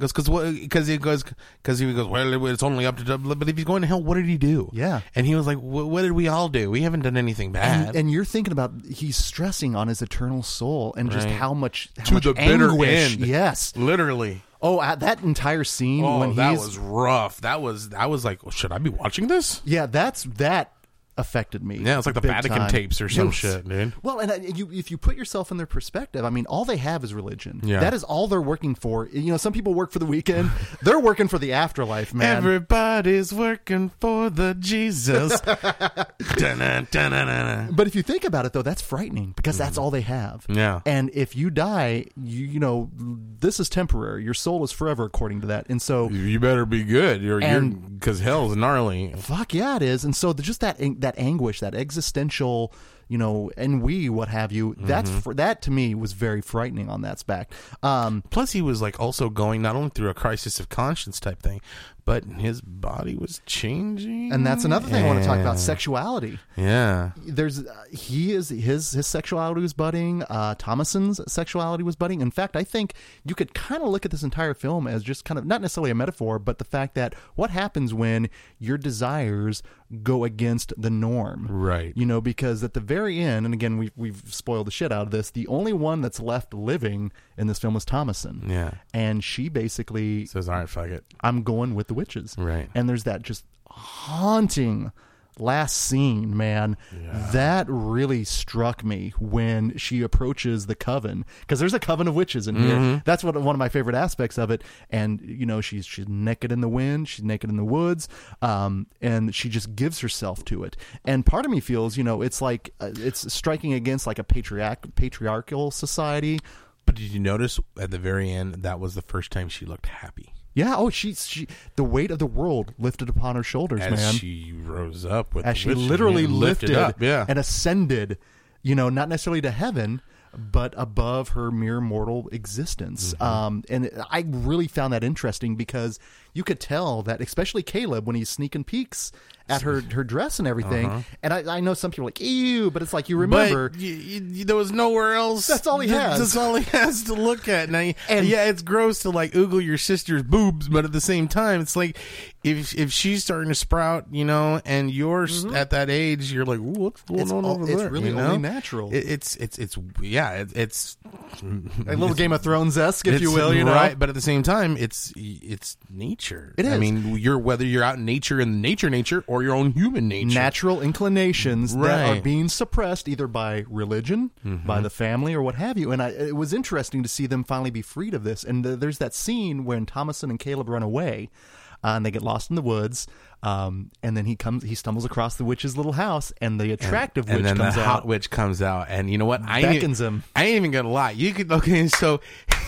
Goes because because he goes because he goes well it's only up to but if he's going to hell what did he do
Yeah.
and he was like "Wh- what did we all do we haven't done anything bad
and, and you're thinking about he's stressing on his eternal soul and just
Right.
how much how
To
much
the bitter
anguish.
end.
Yes.
literally
Oh, uh, that entire scene
oh
when
that
he's
was rough that was that was like should I be watching this
yeah, that's that affected me.
Yeah, it's like the
big
Vatican
time.
tapes or some
Yes.
shit, dude.
Well, and uh, you, if you put yourself in their perspective, I mean, all they have is religion.
Yeah.
That is all they're working for. You know, some people work for the weekend; (laughs) they're working for the afterlife, man.
Everybody's working for the (laughs) Jesus. Dun-dun, dun-dun-dun-dun.
but if you think about it, though, that's frightening because that's all they have.
Mm-hmm. Yeah.
And if you die, you you know, this is temporary. Your soul is forever, according to that. And so,
You better be good, or you're
And-
because hell's gnarly.
fuck yeah, it is. And so, the, just that that anguish, that existential, you know, and we what have you. That's
Mm-hmm.
fr- that to me was very frightening on that back. Um,
Plus, he was like also going not only through a crisis of conscience type thing, but his body was changing.
and that's another thing I want to talk about:
Yeah.
sexuality.
Yeah,
there's uh, he is his his sexuality was budding uh thomason's sexuality was budding in fact i think you could kind of look at this entire film as just kind of not necessarily a metaphor but the fact that what happens when your desires go against the norm
Right.
you know because at the very end and again we've, we've spoiled the shit out of this the only one that's left living in this film is thomason
yeah.
and she basically
Says, all right, fuck it.
I'm going with the witches.
Right.
And there's that just haunting last scene, man. That really struck me when she approaches the coven because there's a coven of witches in
Mm-hmm.
here. That's what one of my favorite aspects of it. And you know, she's she's naked in the wind, she's naked in the woods, um, and she just gives herself to it. And part of me feels, you know, it's like uh, it's striking against like a patriarch patriarchal society.
But did you notice at the very end that was the first time she looked happy
Yeah. Oh, she she the weight of the world lifted upon her shoulders,
as
man.
she rose up with
as she
religion
literally
and
lifted,
up, yeah,
and ascended, you know, not necessarily to heaven, but above her mere mortal existence.
Mm-hmm.
Um, and I really found that interesting because you could tell that, especially Caleb, when he's sneaking peeks at
(laughs)
her, her dress and everything. And I, I know some people are like, ew, but it's like, you remember.
Uh-huh. But y y y- there was nowhere else.
That's all he
th-
has.
That's all he (laughs) has to look at. Now, y-
And-
yeah, it's gross to like oogle your sister's boobs, but at the same time, it's like if if she's starting to sprout, you know, and you're s at that age, you're like, Ooh, what's going
Mm-hmm. It's
on
all-
over
it's
there?
really
you
only
know?
natural.
It, it's it's it's yeah, it, it's
a
(laughs)
little Game of Thrones esque, if
it's
you will, you know.
right, but at the same time, it's it's nature.
It
I
is.
mean, you're whether you're out in nature in nature, nature, or your own human nature.
natural inclinations that
Right. Mm-hmm.
are being suppressed either by religion, by the family, or what have you. And I, it was interesting to see them finally be freed of this. And th- there's that scene when Thomason and Caleb run away. uh, and they get lost in the woods, um, and then he comes. He stumbles across the witch's little house, and the attractive
and
witch
then
comes
the
out.
hot witch comes out, and you know what? I
Beckons
ain't,
him.
I ain't even gonna lie. You could okay, so (laughs)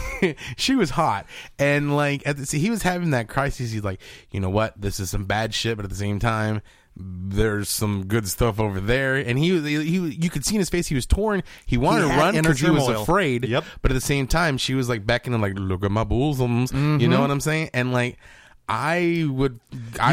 she was hot, and like at the, see, he was having that crisis. He's like, you know what? This is some bad shit, but at the same time, there's some good stuff over there. And he was he, he- you could see in his face he was torn. He wanted
He
to
had
run
inner
because he was
turmoil.
afraid.
Yep.
But at the same time, she was like beckoning, like, look at my bosoms. You know what I'm saying? And like. I would, I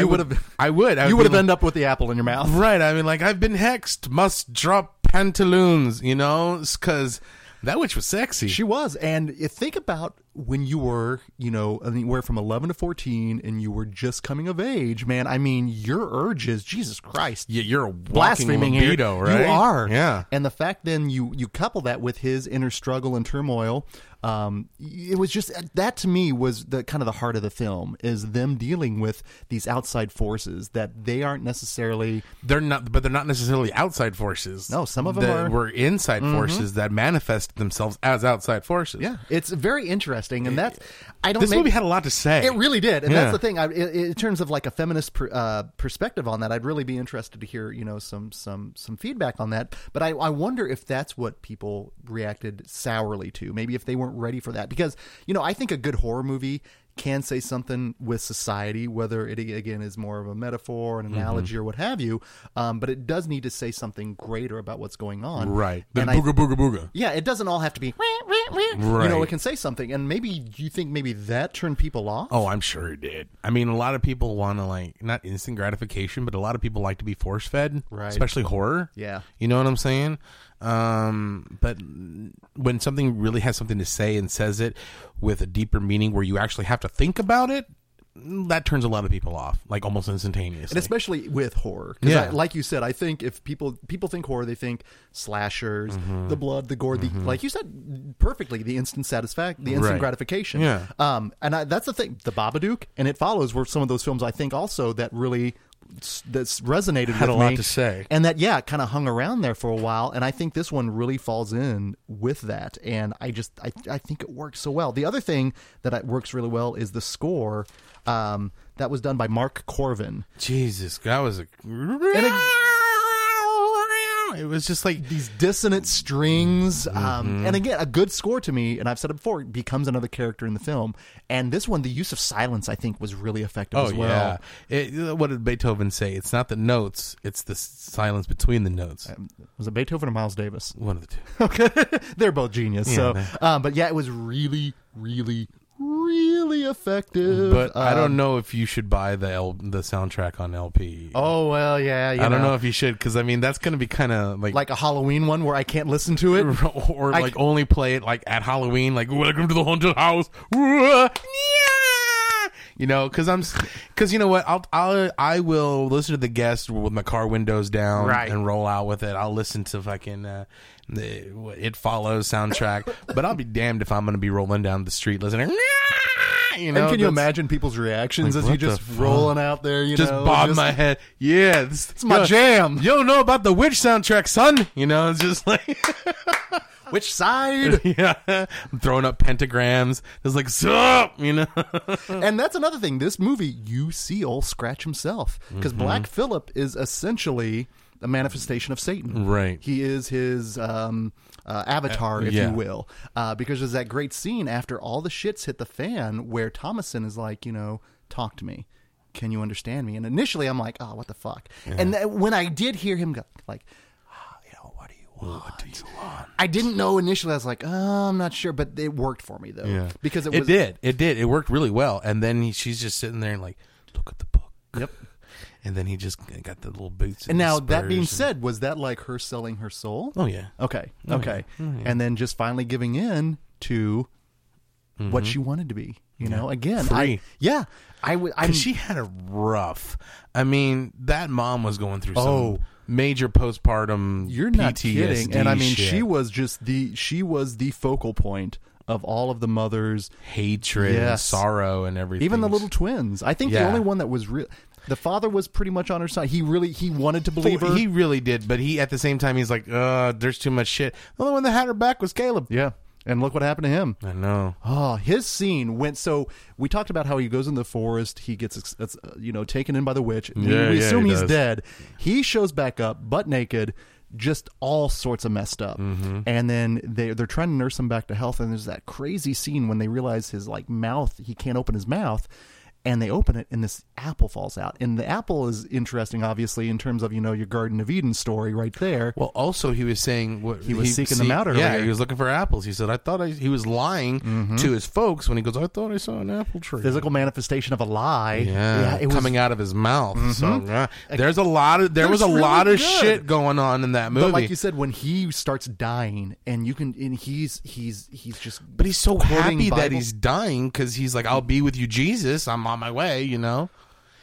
Mm-hmm. You
would
would've-
have, I would, I
you
would
would
be
have ended up with the apple in your mouth.
Right. I mean, like, I've been hexed, must drop pantaloons, you know? Because that witch was sexy.
She was, and if- think about when you were, you know, anywhere from eleven to fourteen, and you were just coming of age, man. I mean, your urges, Jesus Christ,
yeah, you're a walking
blaspheming here.
libido, right?
You are,
Yeah.
And the fact then you you couple that with his inner struggle and turmoil, um, it was just that to me was the kind of the heart of the film is them dealing with these outside forces that they aren't necessarily.
They're not, but they're not necessarily outside forces.
No, some of them
That
are- Mm-hmm.
were inside forces that manifest themselves as outside forces.
Yeah, it's very interesting, and that's I don't.
This
maybe-
movie had a lot to say.
It really did, and
Yeah.
that's the thing. I, in, in terms of like a feminist per, uh, perspective on that, I'd really be interested to hear you know some some some feedback on that. But I, I wonder if that's what people reacted sourly to. Maybe if they weren't ready for that, because you know I think a good horror movie can say something with society, whether it again is more of a metaphor,
Mm-hmm.
an analogy, or what have you. Um, but it does need to say something greater about what's going on,
Right. The
And I-
booga booga booga.
yeah, it doesn't all have to be. You know,
Right.
it can say something, and maybe you think maybe that turned people off.
Oh, I'm sure it did. I mean, a lot of people want to like not instant gratification, but a lot of people like to be force fed,
Right.
Especially horror.
Yeah.
you know what I'm saying. Um, but when something really has something to say and says it with a deeper meaning, where you actually have to think about it, that turns a lot of people off, like almost instantaneously.
and especially with horror. 'Cause
Yeah.
I- like you said, I think if people people think horror, they think slashers,
Mm-hmm.
the blood, the gore, the like you said perfectly, the instant satisfaction, the instant
Right.
gratification.
Yeah.
Um, and I, that's the thing, the Babadook, and it follows were some of those films I think also that really that's resonated
Had
with
a lot
me,
to say.
and that yeah kind of hung around there for a while and i think this one really falls in with that and i just i, I think it works so well the other thing that I, works really well is the score um, that was done by mark corvin
Jesus, that was a. it was just like
these dissonant strings
Mm-hmm.
um, and again a good score to me and i've said it before becomes another character in the film and this one the use of silence i think was really effective
Oh
as well
yeah. It, what did Beethoven say? It's not the notes; it's the s- silence between the notes.
was it beethoven or miles davis (laughs)
One of the two.
okay they're both genius
man.
so um, but yeah it was really really really effective
But I
Um,
don't know if you should buy the L, the soundtrack on LP.
Oh well, yeah. You
I don't know if you should because I mean that's going to be kind of like
like a Halloween one where I can't listen to it.
(laughs) or
I-
like only play it like at Halloween, like welcome to the haunted house. (laughs) Wah! Yeah! You know, because I'm, because you know what, I'll, I'll, I will listen to the guest with my car windows down
Right.
and roll out with it. I'll listen to fucking uh, the what it follows soundtrack, but I'll be damned if I'm going to be rolling down the street listening. (laughs) "Nyah!" You know,
and can you
that's-
imagine people's reactions
Like,
as you
what the
just
fuck?
rolling out there? You
Just
know,
bob my head. Yeah, this,
It's my jam.
You don't know about the witch soundtrack, son. You know, it's just (laughs) like.
Which side?
yeah, I'm throwing up pentagrams. It's like sup,
(laughs)
you know. Mm.
and that's another thing. This movie, you see old Scratch himself
Mm-hmm.
because Black Phillip is essentially a manifestation of Satan.
Right.
He is his um, uh, avatar, if
yeah.
you will, uh, because there's that great scene after all the shits hit the fan where Thomason is like, you know, talk to me. Can you understand me? And initially, I'm like, oh, what the fuck? And th- when I did hear him go, like, "Ah, you know, what do you want? What do you want? I didn't know initially. I was like, oh, I'm not sure, but it worked for me though, because it, was
did, it did, it worked really well. And then he, she's just sitting there and like, look at the book. Yep. And then he just got the little boots. And,
And
the
now that
spurs
being um,
and-
said, was that like her selling her soul?
oh yeah, Oh,
Okay, okay, and then just finally giving in to what she wanted to be. You know, again, I
Mm-hmm. Free.
yeah, I would. I'm
because she had a rough. I mean, that mom was going through
Oh.
some major postpartum.
you're not kidding,
PTSD
and I mean,
shit.
she was just the she was the focal point of all of the mothers,
hatred, and
Yes.
sorrow, and everything.
even the little twins. I think the
Yeah.
only one that was real, the father was pretty much on her side. He really he wanted to believe her.
He really did, but he at the same time he's like, uh, there's too much shit. The only one that had her back was Caleb.
yeah, and look what happened to him.
I know.
Oh, his scene went so. We talked about how he goes in the forest. He gets, uh, you know, taken in by the witch. We-
Yeah,
we
yeah,
assume
he
he's
does.
dead. He shows back up, butt naked, just all sorts of messed up.
Mm-hmm.
And then they they're trying to nurse him back to health. And there's that crazy scene when they realize his like mouth. He can't open his mouth. And they open it, and this apple falls out. And the apple is interesting, obviously, in terms of you know your Garden of Eden story right there.
Well, also he was saying what he
was seeking them out
Yeah,
earlier. Mm-hmm.
he was looking for apples. He said, "I thought I." He was lying to his folks when he goes, "I thought I saw an apple tree."
Physical manifestation of a lie.
yeah,
it was
coming out of his mouth. So yeah. there's a lot of there
That's
was a
really
lot of
good.
shit going on in that movie.
But like you said, when he starts dying, and you can, and he's he's he's just,
But he's so
quoting
happy that
Bible-
he's dying because he's like, "I'll be with you, Jesus. I'm on my way," you know.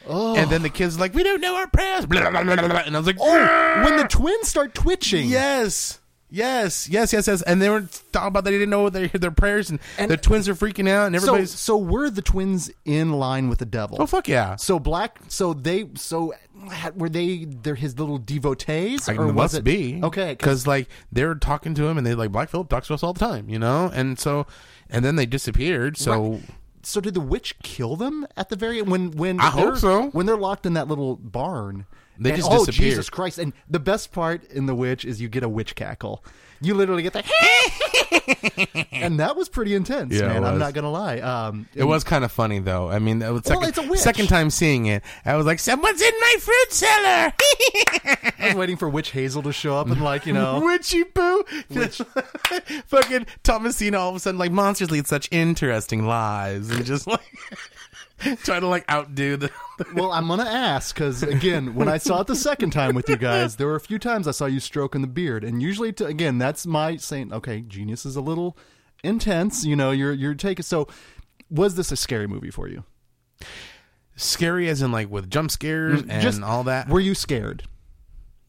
And then the kids like, "We don't know our prayers," blah, blah, blah, blah, blah. and I was like,
oh, when the twins start twitching,
Yes. Yes, yes, yes, yes, and they were talking about that he didn't know their their prayers, and,
And-
the twins are freaking out, and
So
everybody's
so were the twins in line with the devil?
oh fuck yeah,
So black, so they, so had- were they? They're his little devotees,
I mean,
or
it
was
must
it
be
okay? 'cause-
because like they're talking to him, and they like Black Phillip talks to us all the time, you know, and so and then they disappeared. So
So did the witch kill them at the very when when
I hope
they're-
so.
when they're locked in that little barn?
They
and,
just
oh
disappeared.
Jesus Christ! And the best part in the witch is you get a witch cackle. You literally get that, (laughs) and that was pretty intense,
Yeah, it
man. I'm
was.
not gonna lie. Um,
it was kind of funny though. I mean, that was
Well,
second,
it's a witch.
second time seeing it, I was like, someone's in my fruit
(laughs)
cellar, (laughs)
I was waiting for Witch Hazel to show up and like you know.
witchy poo. (laughs) Fucking Thomasina all of a sudden like monsters lead such interesting lives, and just like (laughs) trying to like outdo the. (laughs)
Well, I'm gonna ask because again, when I saw it the second time with you guys, there were a few times I saw you stroking the beard, and usually, to, again, that's my saying. Okay, genius is a little intense. You know, you're you're taking. So, was this a scary movie for you?
Scary as
Mm,
in like with jump scares and all that.
Were you scared?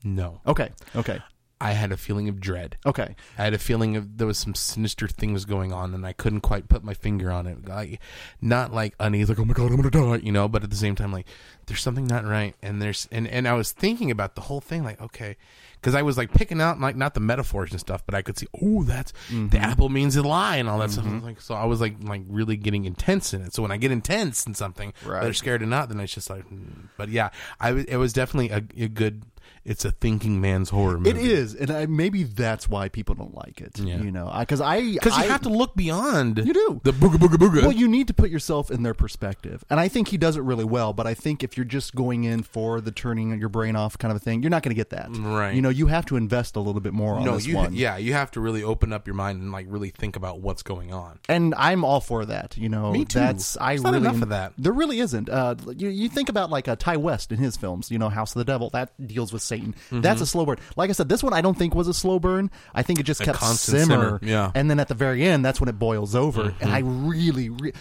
No.
Okay, okay.
I had a feeling of dread.
Okay.
I had a feeling of there was some sinister things going on, and I couldn't quite put my finger on it. Like, not like unease, like oh my god, I'm gonna die, you know. But at the same time, like there's something not right, and there's and and I was thinking about the whole thing, like okay, because I was like picking out like not the metaphors and stuff, but I could see oh that's
Mm-hmm.
the apple means a lie and all that stuff. I was like so I was like like really getting intense in it. So when I get intense in something,
Right.
whether scared or not, then it's just like. hmm. But yeah, I was- it was definitely a, a good. It's a thinking man's horror movie.
It is, and I, maybe that's why people don't like it.
Yeah.
You know, because I
Because
I-
you have to look beyond.
You do.
The booga booga booga.
Well, you need to put yourself in their perspective, and I think he does it really well. But I think if you're just going in for the turning your brain off kind of a thing, you're not going to get that.
Right.
You know, you have to invest a little bit more on
no,
this
you,
one.
yeah, you have to really open up your mind and like really think about what's going on.
and I'm all for that. You know,
Me too.
that's I
There's not
really
enough of that.
There really isn't. Uh, you, you think about like uh, Ty West in his films. You know, House of the Devil that deals with Satan.
Mm-hmm.
That's a slow burn. Like I said, this one I don't think was a slow burn. I think it just kept
constant
simmer.
simmer, yeah. Mm-hmm.
and then at the very end, that's when it boils over. And I really, re-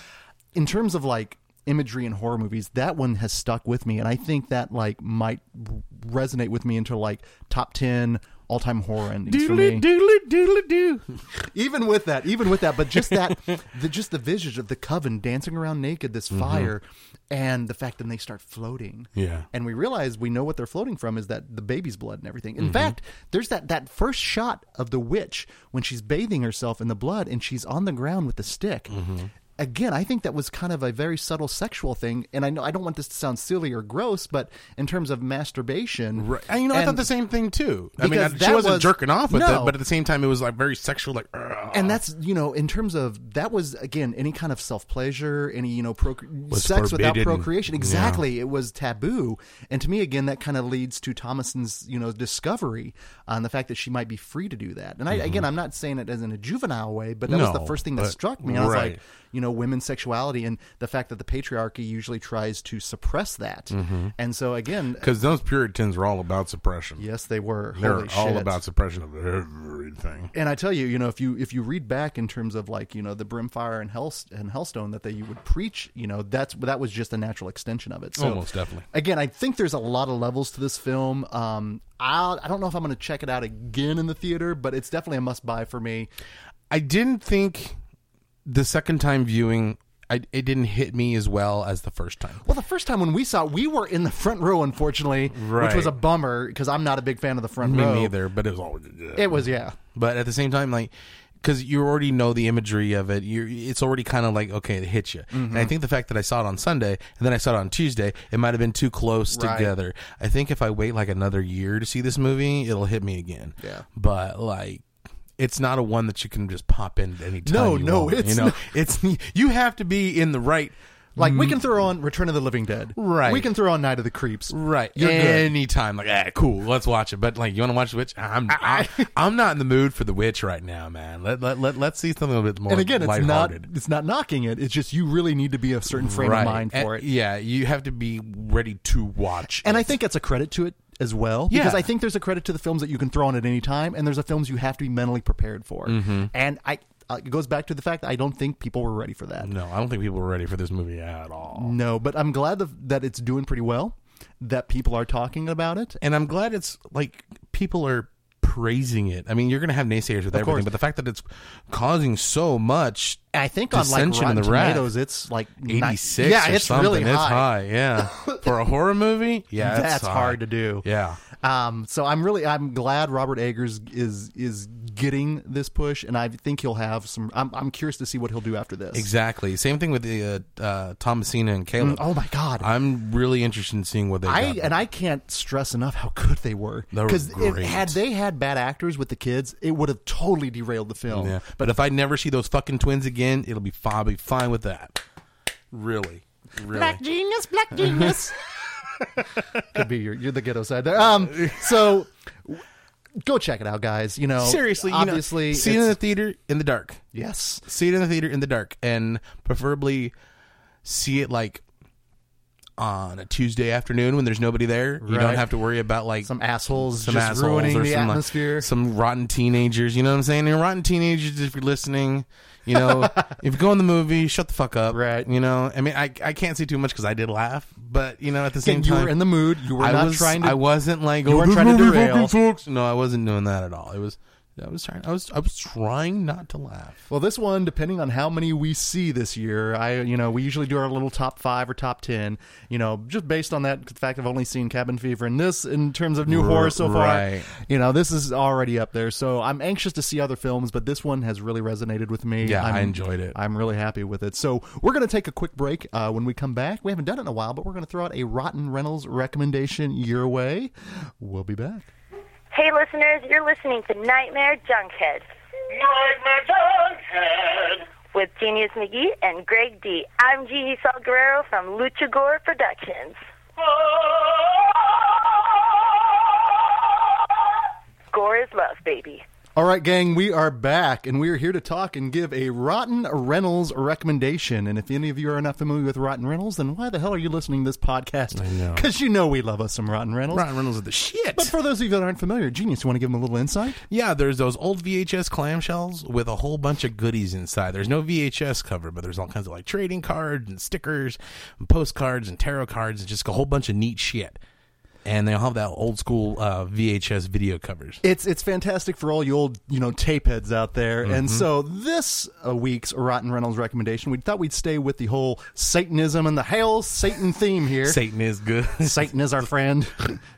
in terms of like imagery in horror movies, that one has stuck with me, and I think that like might resonate with me into like top ten. All time horror endings for me
doodly doodly doo.
even with that, even with that, but just that, the, just the visage of the coven dancing around naked,
Mm-hmm.
this fire, and the fact that they start floating.
Yeah.
and we realize we know what they're floating from is that the baby's blood and everything.
Mm-hmm.
In fact, there's that that first shot of the witch when she's bathing herself in the blood and she's on the ground with the stick.
Mm-hmm.
Again, I think that was kind of a very subtle sexual thing, and I know I don't want this to sound silly or gross, but in terms of masturbation,
Right. And, you know, I thought
and-
the same thing too. I mean,
Because
I- she
that
wasn't
was-
jerking off with
No.
it, but at the same time, it was like very sexual. Like, ugh.
and that's you know in terms of that was again any kind of self pleasure any you know procre-
Was
sex without
forbidden.
procreation
Yeah.
exactly it was taboo and to me again that kind of leads to Thomason's you know discovery on the fact that she might be free to do that and I, again I'm not saying it as in a juvenile way but that was the
Mm-hmm. No,
first thing that
but-
struck me I was like
right.
you know women's sexuality and the fact that the patriarchy usually tries to suppress that
Mm-hmm.
and so again
because those Puritans were all about suppression.
yes they were
They're
Holy
all
shit.
about suppression of everything.
and I tell you, you know, if you if you read back in terms of like you know the brimfire and hell and hellstone that they you would preach, you know, that's that was just a natural extension of it. So,
Almost definitely.
Again, I think there's a lot of levels to this film. Um, I I don't know if I'm going to check it out again in the theater, but it's definitely a must buy for me.
I didn't think the second time viewing, I, it didn't hit me as well as the first time.
Well, the first time when we saw, it, we were in the front row, unfortunately, which
Right.
was a bummer because I'm not a big fan of the front
Me
row.
neither, but it was all.
It was yeah.
but at the same time like because you already know the imagery of it you it's already kind of like okay it hits you and
Mm-hmm.
i think the fact that i saw it on sunday and then i saw it on tuesday it might have been too close
Right.
together i think if i wait like another year to see this movie it'll hit me again
Yeah.
but like it's not a one that you can just pop in at any time.
No,
you
no,
want,
it's
you know
not.
it's you have to be in the right
Like we can throw on Return of the Living Dead,
Mm. Right.
We can throw on Night of the Creeps,
Right.
You're good.
Anytime. Like, ah, cool. Let's watch it. But like, you want to watch the witch?
(laughs)
I'm, I'm I'm not in the mood for the witch right now, man. Let let let let's see something a bit more.
and again, it's not
lighthearted.
it's not knocking it. It's just you really need to be a certain frame
right.
of mind for
And-
it.
Yeah, you have to be ready to watch.
And
it.
I think that's a credit to it as well
Yeah.
because I think there's a credit to the films that you can throw on at any time, and there's a films you have to be mentally prepared for.
Mm-hmm.
And I uh, it goes back to the fact that I don't think people were ready for that.
no, I don't think people were ready for this movie at all.
No, but I'm glad the, that it's doing pretty well. That people are talking about it.
And I'm glad it's like people are praising it. I mean, you're gonna have naysayers with everything,
course.
but the fact that it's causing so much.
And I think on like
Dissension in
Rotten
the Wrath.
Tomatoes, it's like ni-
86
yeah,
or
it's
something.
really
it's high.
(laughs)
Yeah. For a horror movie? Yeah. it's
That's
high.
hard to do.
Yeah.
Um, so I'm really I'm glad Robert Eggers is is getting this push, and I think he'll have some. I'm, I'm curious to see what he'll do after this.
Exactly. Same thing with the uh, uh, Thomasina and Caleb.
Oh my god.
I'm really interested in seeing what they.
I
got.
and I can't stress enough how good they were.
They were
if-
great.
had they had bad actors with the kids, it would have totally derailed the film.
yeah. But if I never see those fucking twins again, it'll be fine. I'll be fine with that. Really, really.
Black genius, black genius. Could be your, you're the ghetto side there. Um, so w- go check it out, guys. You
Oh,
know,
Seriously, you know,
obviously,
see it in
it's-
the theater in the dark.
yes,
See it in the theater in the dark, and preferably see it like on a Tuesday afternoon when there's nobody there. You don't
Right.
have to worry about like
Some assholes
some
just
assholes
ruining
or
the
some, like,
atmosphere.
some rotten teenagers. You know what I'm saying? And rotten teenagers, if you're listening,
(laughs)
you know, if you go in the movie, shut the fuck up.
Right.
You know, I mean, I, I can't say too much because I did laugh, but you know, at the same
Again, you
time,
were in the mood. You were
I
not
was,
trying
I
to.
wasn't like
You
oh,
weren't
this
trying to
movie
derail.
fucking sucks. No, I wasn't doing that at all. It was I was trying. I was I was trying not to laugh.
well, this one, depending on how many we see this year, I you know we usually do our little top five or top ten. You know, just based on that fact, I've only seen Cabin Fever and this in terms of new
R-
horror so far.
right.
You know, this is already up there. So I'm anxious to see other films, but this one has really resonated with me.
Yeah,
I'm,
I enjoyed it.
I'm really happy with it. So we're going to take a quick break. Uh, when we come back, we haven't done it in a while, but we're going to throw out a Rotten Reynolds recommendation your way. We'll be back.
Hey, listeners, you're listening to Nightmare Junkhead
Nightmare Junkhead.
with Genius McGee and Greg D. I'm Gigi Sal Guerrero from Lucha Gore Productions. Gore is love, baby.
All right, gang, we are back, and we are here to talk and give a Rotten Reynolds recommendation. And if any of you are not familiar with Rotten Reynolds, then why the hell are you listening to this podcast?
know.
Because you know we love us some Rotten Reynolds.
Ryan Reynolds is the shit.
But for those of you that aren't familiar, Genius, you want to give them a little insight?
Yeah, there's those old VHS clamshells with a whole bunch of goodies inside. There's no VHS cover, but there's all kinds of like trading cards and stickers and postcards and tarot cards and just a whole bunch of neat shit. And they all have that old school uh, VHS video covers.
It's it's fantastic for all you old you know tape heads out there. And so this uh, week's Rotten Reynolds recommendation, we thought we'd stay with the whole Satanism and the hail Satan theme here.
Satan is good.
Satan is our
(laughs)
friend.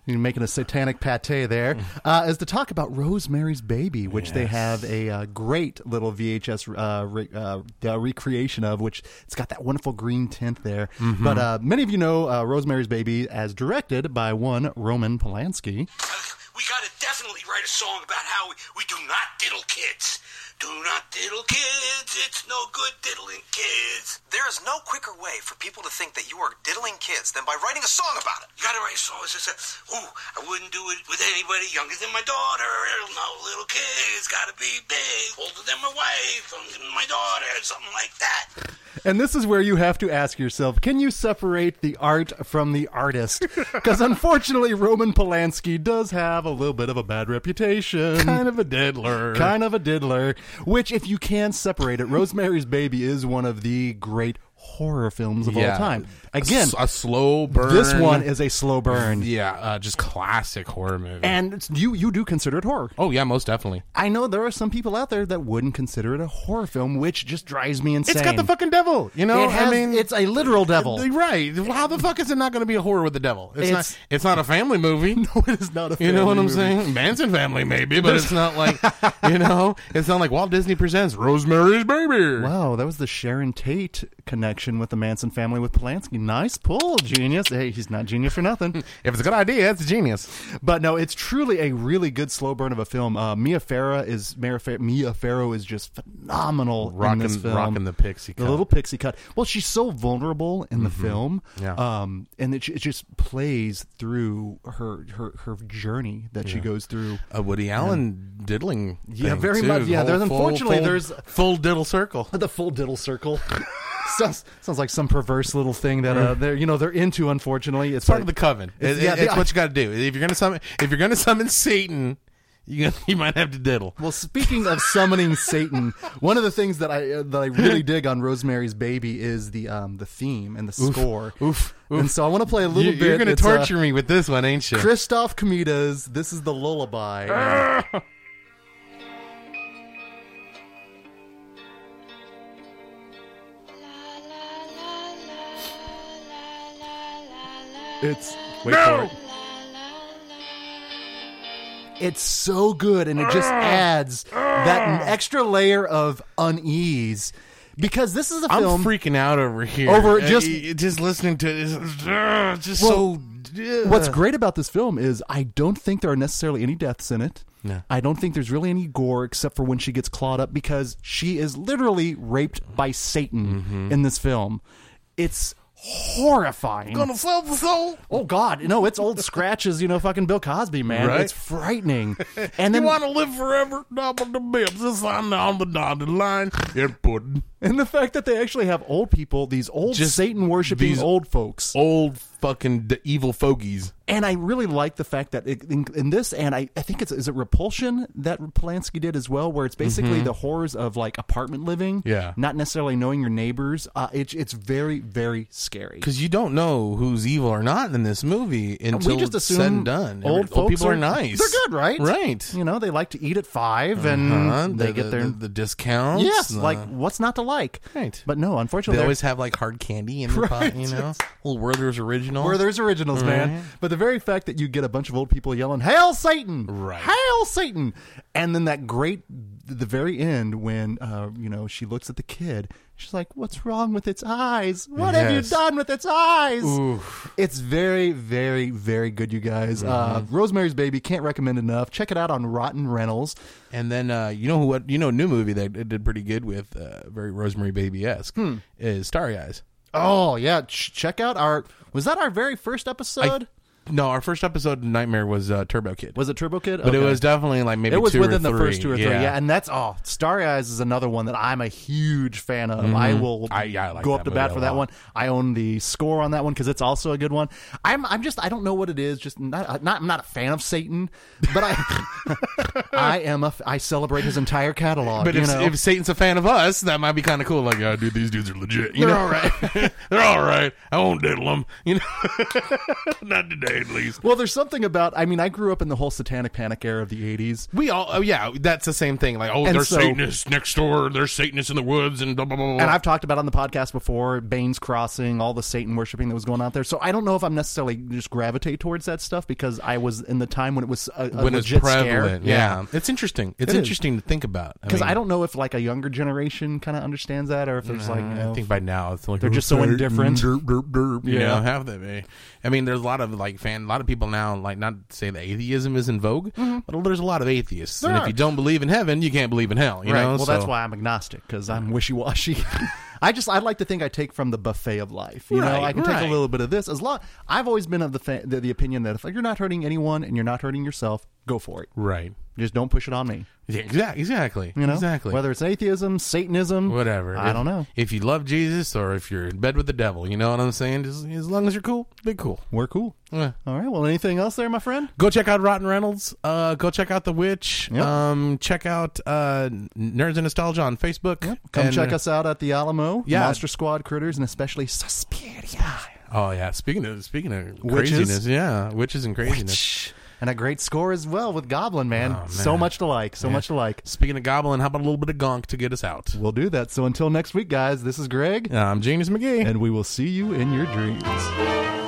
You're making a satanic pate there. Uh, is to talk about Rosemary's Baby, which they have a uh, great little VHS uh, re- uh, uh, recreation of, which it's got that wonderful green tint there.
Mm-hmm.
But uh, many of you know uh, Rosemary's Baby as directed by one Roman Polanski.
(sighs) We gotta definitely write a song about how we, we do not diddle kids. Do not diddle kids, it's no good diddling kids.
There is no quicker way for people to think that you are diddling kids than by writing a song about it.
You gotta write a song that says, Ooh, I wouldn't do it with anybody younger than my daughter. It'll know little kids gotta be big, older than my wife, older than my daughter, something like that.
And this is where you have to ask yourself can you separate the art from the
(laughs)
artist? Because unfortunately, Roman Polanski does have a little bit of a bad reputation.
kind of a diddler.
Kind of a diddler, which, if you can separate it, Rosemary's Baby is one of the great horror films of all time. Again,
a, slow burn.
this one is a slow burn.
yeah, uh, just classic horror movie.
And it's, you, you do consider it horror.
oh yeah, most definitely.
I know there are some people out there that wouldn't consider it a horror film, which just drives me insane.
It's got the fucking devil. You know,
It has-
I mean,
it's a literal devil.
Right? How the fuck is it not going to be a horror with the devil? It's,
It's-
not. It's not a family movie.
No, it is (laughs) not a
You know what
family
I'm
movie.
saying? Manson family, maybe, but it's
(laughs)
not like you know. It's not like Walt Disney presents Rosemary's Baby.
Wow, that was the Sharon Tate connection with the Manson family with Polanski. Nice pull, genius. Hey, he's not genius for nothing.
If it's a good idea, it's genius.
But no, it's truly a really good slow burn of a film. Uh, Mia Farrow is Mia Farrow, Mia Farrow is just phenomenal
Rocking-
in this film.
rocking the pixie
the
cut.
little pixie cut. Well, she's so vulnerable in the film,
Yeah.
um, and it, it just plays through her her her journey that she goes through.
A Woody Allen diddling.
Yeah,
thing,
very
too.
much. Yeah,
Whole
there's-
full-
unfortunately,
full-
there's-
full diddle circle.
The full diddle circle. (laughs) Sounds, sounds like some perverse little thing that uh, they're you know they're into. Unfortunately, it's
It's part of
like-
the coven. It-
It's-
it-
yeah,
it's
the-
what you got to do. If you're gonna summon, if you're gonna summon Satan, you (laughs) you might have to diddle.
Well, speaking of summoning Satan, one of the things that I uh, that I really dig on Rosemary's Baby is the um the theme and the score.
oof,
And so I want to play a little
You,
bit.
are gonna
It's, uh,
torture me with this one, ain't you?
Christoph Kmita's "This Is the Lullaby." It's wait for it. It's so good, and it just adds that extra layer of unease because this is a
I'm
film.
freaking out over here.
Over
Uh,
just-
y- just listening to it. It's, uh, just
Well,
so. uh,
What's great about this film is I don't think there are necessarily any deaths in it.
No.
I don't think there's really any gore except for when she gets clawed up because she is literally raped by Satan
Mm-hmm.
in this film. It's horrifying.
gonna sell the soul?
Oh God, no! It's old scratches, you know, fucking Bill Cosby, man.
Right?
It's
(laughs)
frightening. And then
you want to live forever? Double the bibs. It's on the, on the dotted line. You're pudding.
And the fact that they actually have old people, these old
Just
Satan worshiping
these-
old folks.
Old fucking d- evil fogies.
And I really like the fact that it, in, in this, and I, I think it's is it Repulsion that Polanski did as well, where it's basically the horrors of like apartment living,
Mm-hmm. Yeah.
not necessarily knowing your neighbors. Uh, it's it's very very scary.
Because you don't know who's evil or not in this movie until
we just
it's
assume
said and done.
Old,
Every-
folks
people are, nice.
They're good, right?
Right.
You know, they like to eat at 5
Uh-huh.
and
The-
they get
the-
their
the, the discounts.
yes,
the-
like what's not to like?
Right.
But no, unfortunately,
they
they're-
always have like hard candy in (laughs) their pot, you know, little Werther's original.
Werther's originals, man. But the very fact that you get a bunch of old people yelling, "Hail Satan!
Right.
Hail Satan!" and then that great, the very end when uh, you know she looks at the kid, she's like, "What's wrong with its eyes? What have you
Yes.
done with its eyes?" It's very, very, very good, you guys. Uh,
Mm-hmm.
Rosemary's Baby can't recommend enough. Check it out on Rotten Rentals.
And then uh, you know who? what- You know, a new movie that it did pretty good with, uh, very Rosemary Baby esque, is Starry Eyes.
Oh yeah, ch- check out our. Was that our very first episode?
No, our first episode of Nightmare was uh, Turbo Kid,
was it Turbo Kid?
but it
Okay.
was definitely like maybe
it was
two or
within the
three.
first two or three. Yeah. and that's oh, Starry Eyes is another one that I'm a huge fan of. I will
Mm-hmm. I- yeah, I like
go
that
up to
movie
bat
a
for that
lot.
one. I own the score on that one because it's also a good one. I'm I'm just I don't know what it is. Just not, not I'm not a fan of Satan, but I I (laughs) am a f- I celebrate his entire catalog.
But
you
if,
know?
if Satan's a fan of us, that might be kind of cool. Like, yeah, dude, these dudes are legit. You
They're
know?
all
right. (laughs) They're all right. I won't diddle them. You know, (laughs) not today at least.
well, there's something about. I mean, I grew up in the whole Satanic Panic era of the '80s.
We all, oh yeah, that's the same thing. Like, oh,
And
there's
so-
Satanists next door. There's Satanists in the woods, and blah blah blah. blah.
And I've talked about on the podcast before Bane's Crossing, all the Satan worshiping that was going on there. So I don't know if I'm necessarily just gravitate towards that stuff because I was in the time when it was a, a
when it's
legit scare.
prevalent. Yeah. it's interesting. It's
It is.
interesting to think about
because I,
mean,
don't know if like a younger generation kind of understands that or if it's like you know,
I think by now it's like
They're just so
"Oh,
indifferent."
(laughs) Derp, derp, derp, you
Yeah.
know, have that. eh? I mean, there's a lot of like fan, a lot of people now. Like, not to say that atheism is in vogue, but there's a lot of atheists. and
are.
if you don't believe in heaven, you can't believe in hell. You
right.
know,
well, that's
So-
why I'm agnostic because I'm wishy washy.
(laughs)
I just I like to think I take from the buffet of life. You know,
Right,
I can take
right.
a little bit of this as long. I've always been of the, fa- the the opinion that if you're not hurting anyone and you're not hurting yourself, go for it.
Right.
Just don't push it on me.
Yeah, exactly. Exactly.
You know,
exactly.
Whether it's atheism, Satanism,
Whatever.
I
If-
don't know.
If you love Jesus or if you're in bed with the devil, you know what I'm saying? Just as long as you're cool, be cool.
We're cool.
Yeah.
All right. Well, anything else there, my friend?
go check out Rotten Reynolds. Uh, go check out The Witch.
Yep.
Um, check out uh, Nerds and Nostalgia on Facebook.
Come
And- uh,
check us out at the Alamo,
Yeah.
Monster Squad, Critters, and especially Suspiria,
Oh yeah. Speaking of speaking of
Witches.
craziness, yeah, witches and craziness.
and a great score as well with Goblin
Oh,
Man. So much to like. So much to like.
Speaking of goblin, how about a little bit of gonk to get us out?
We'll do
(laughs)
that. So until next week, guys. This is Greg,
I'm Genius McGee.
and we will see you in your dreams.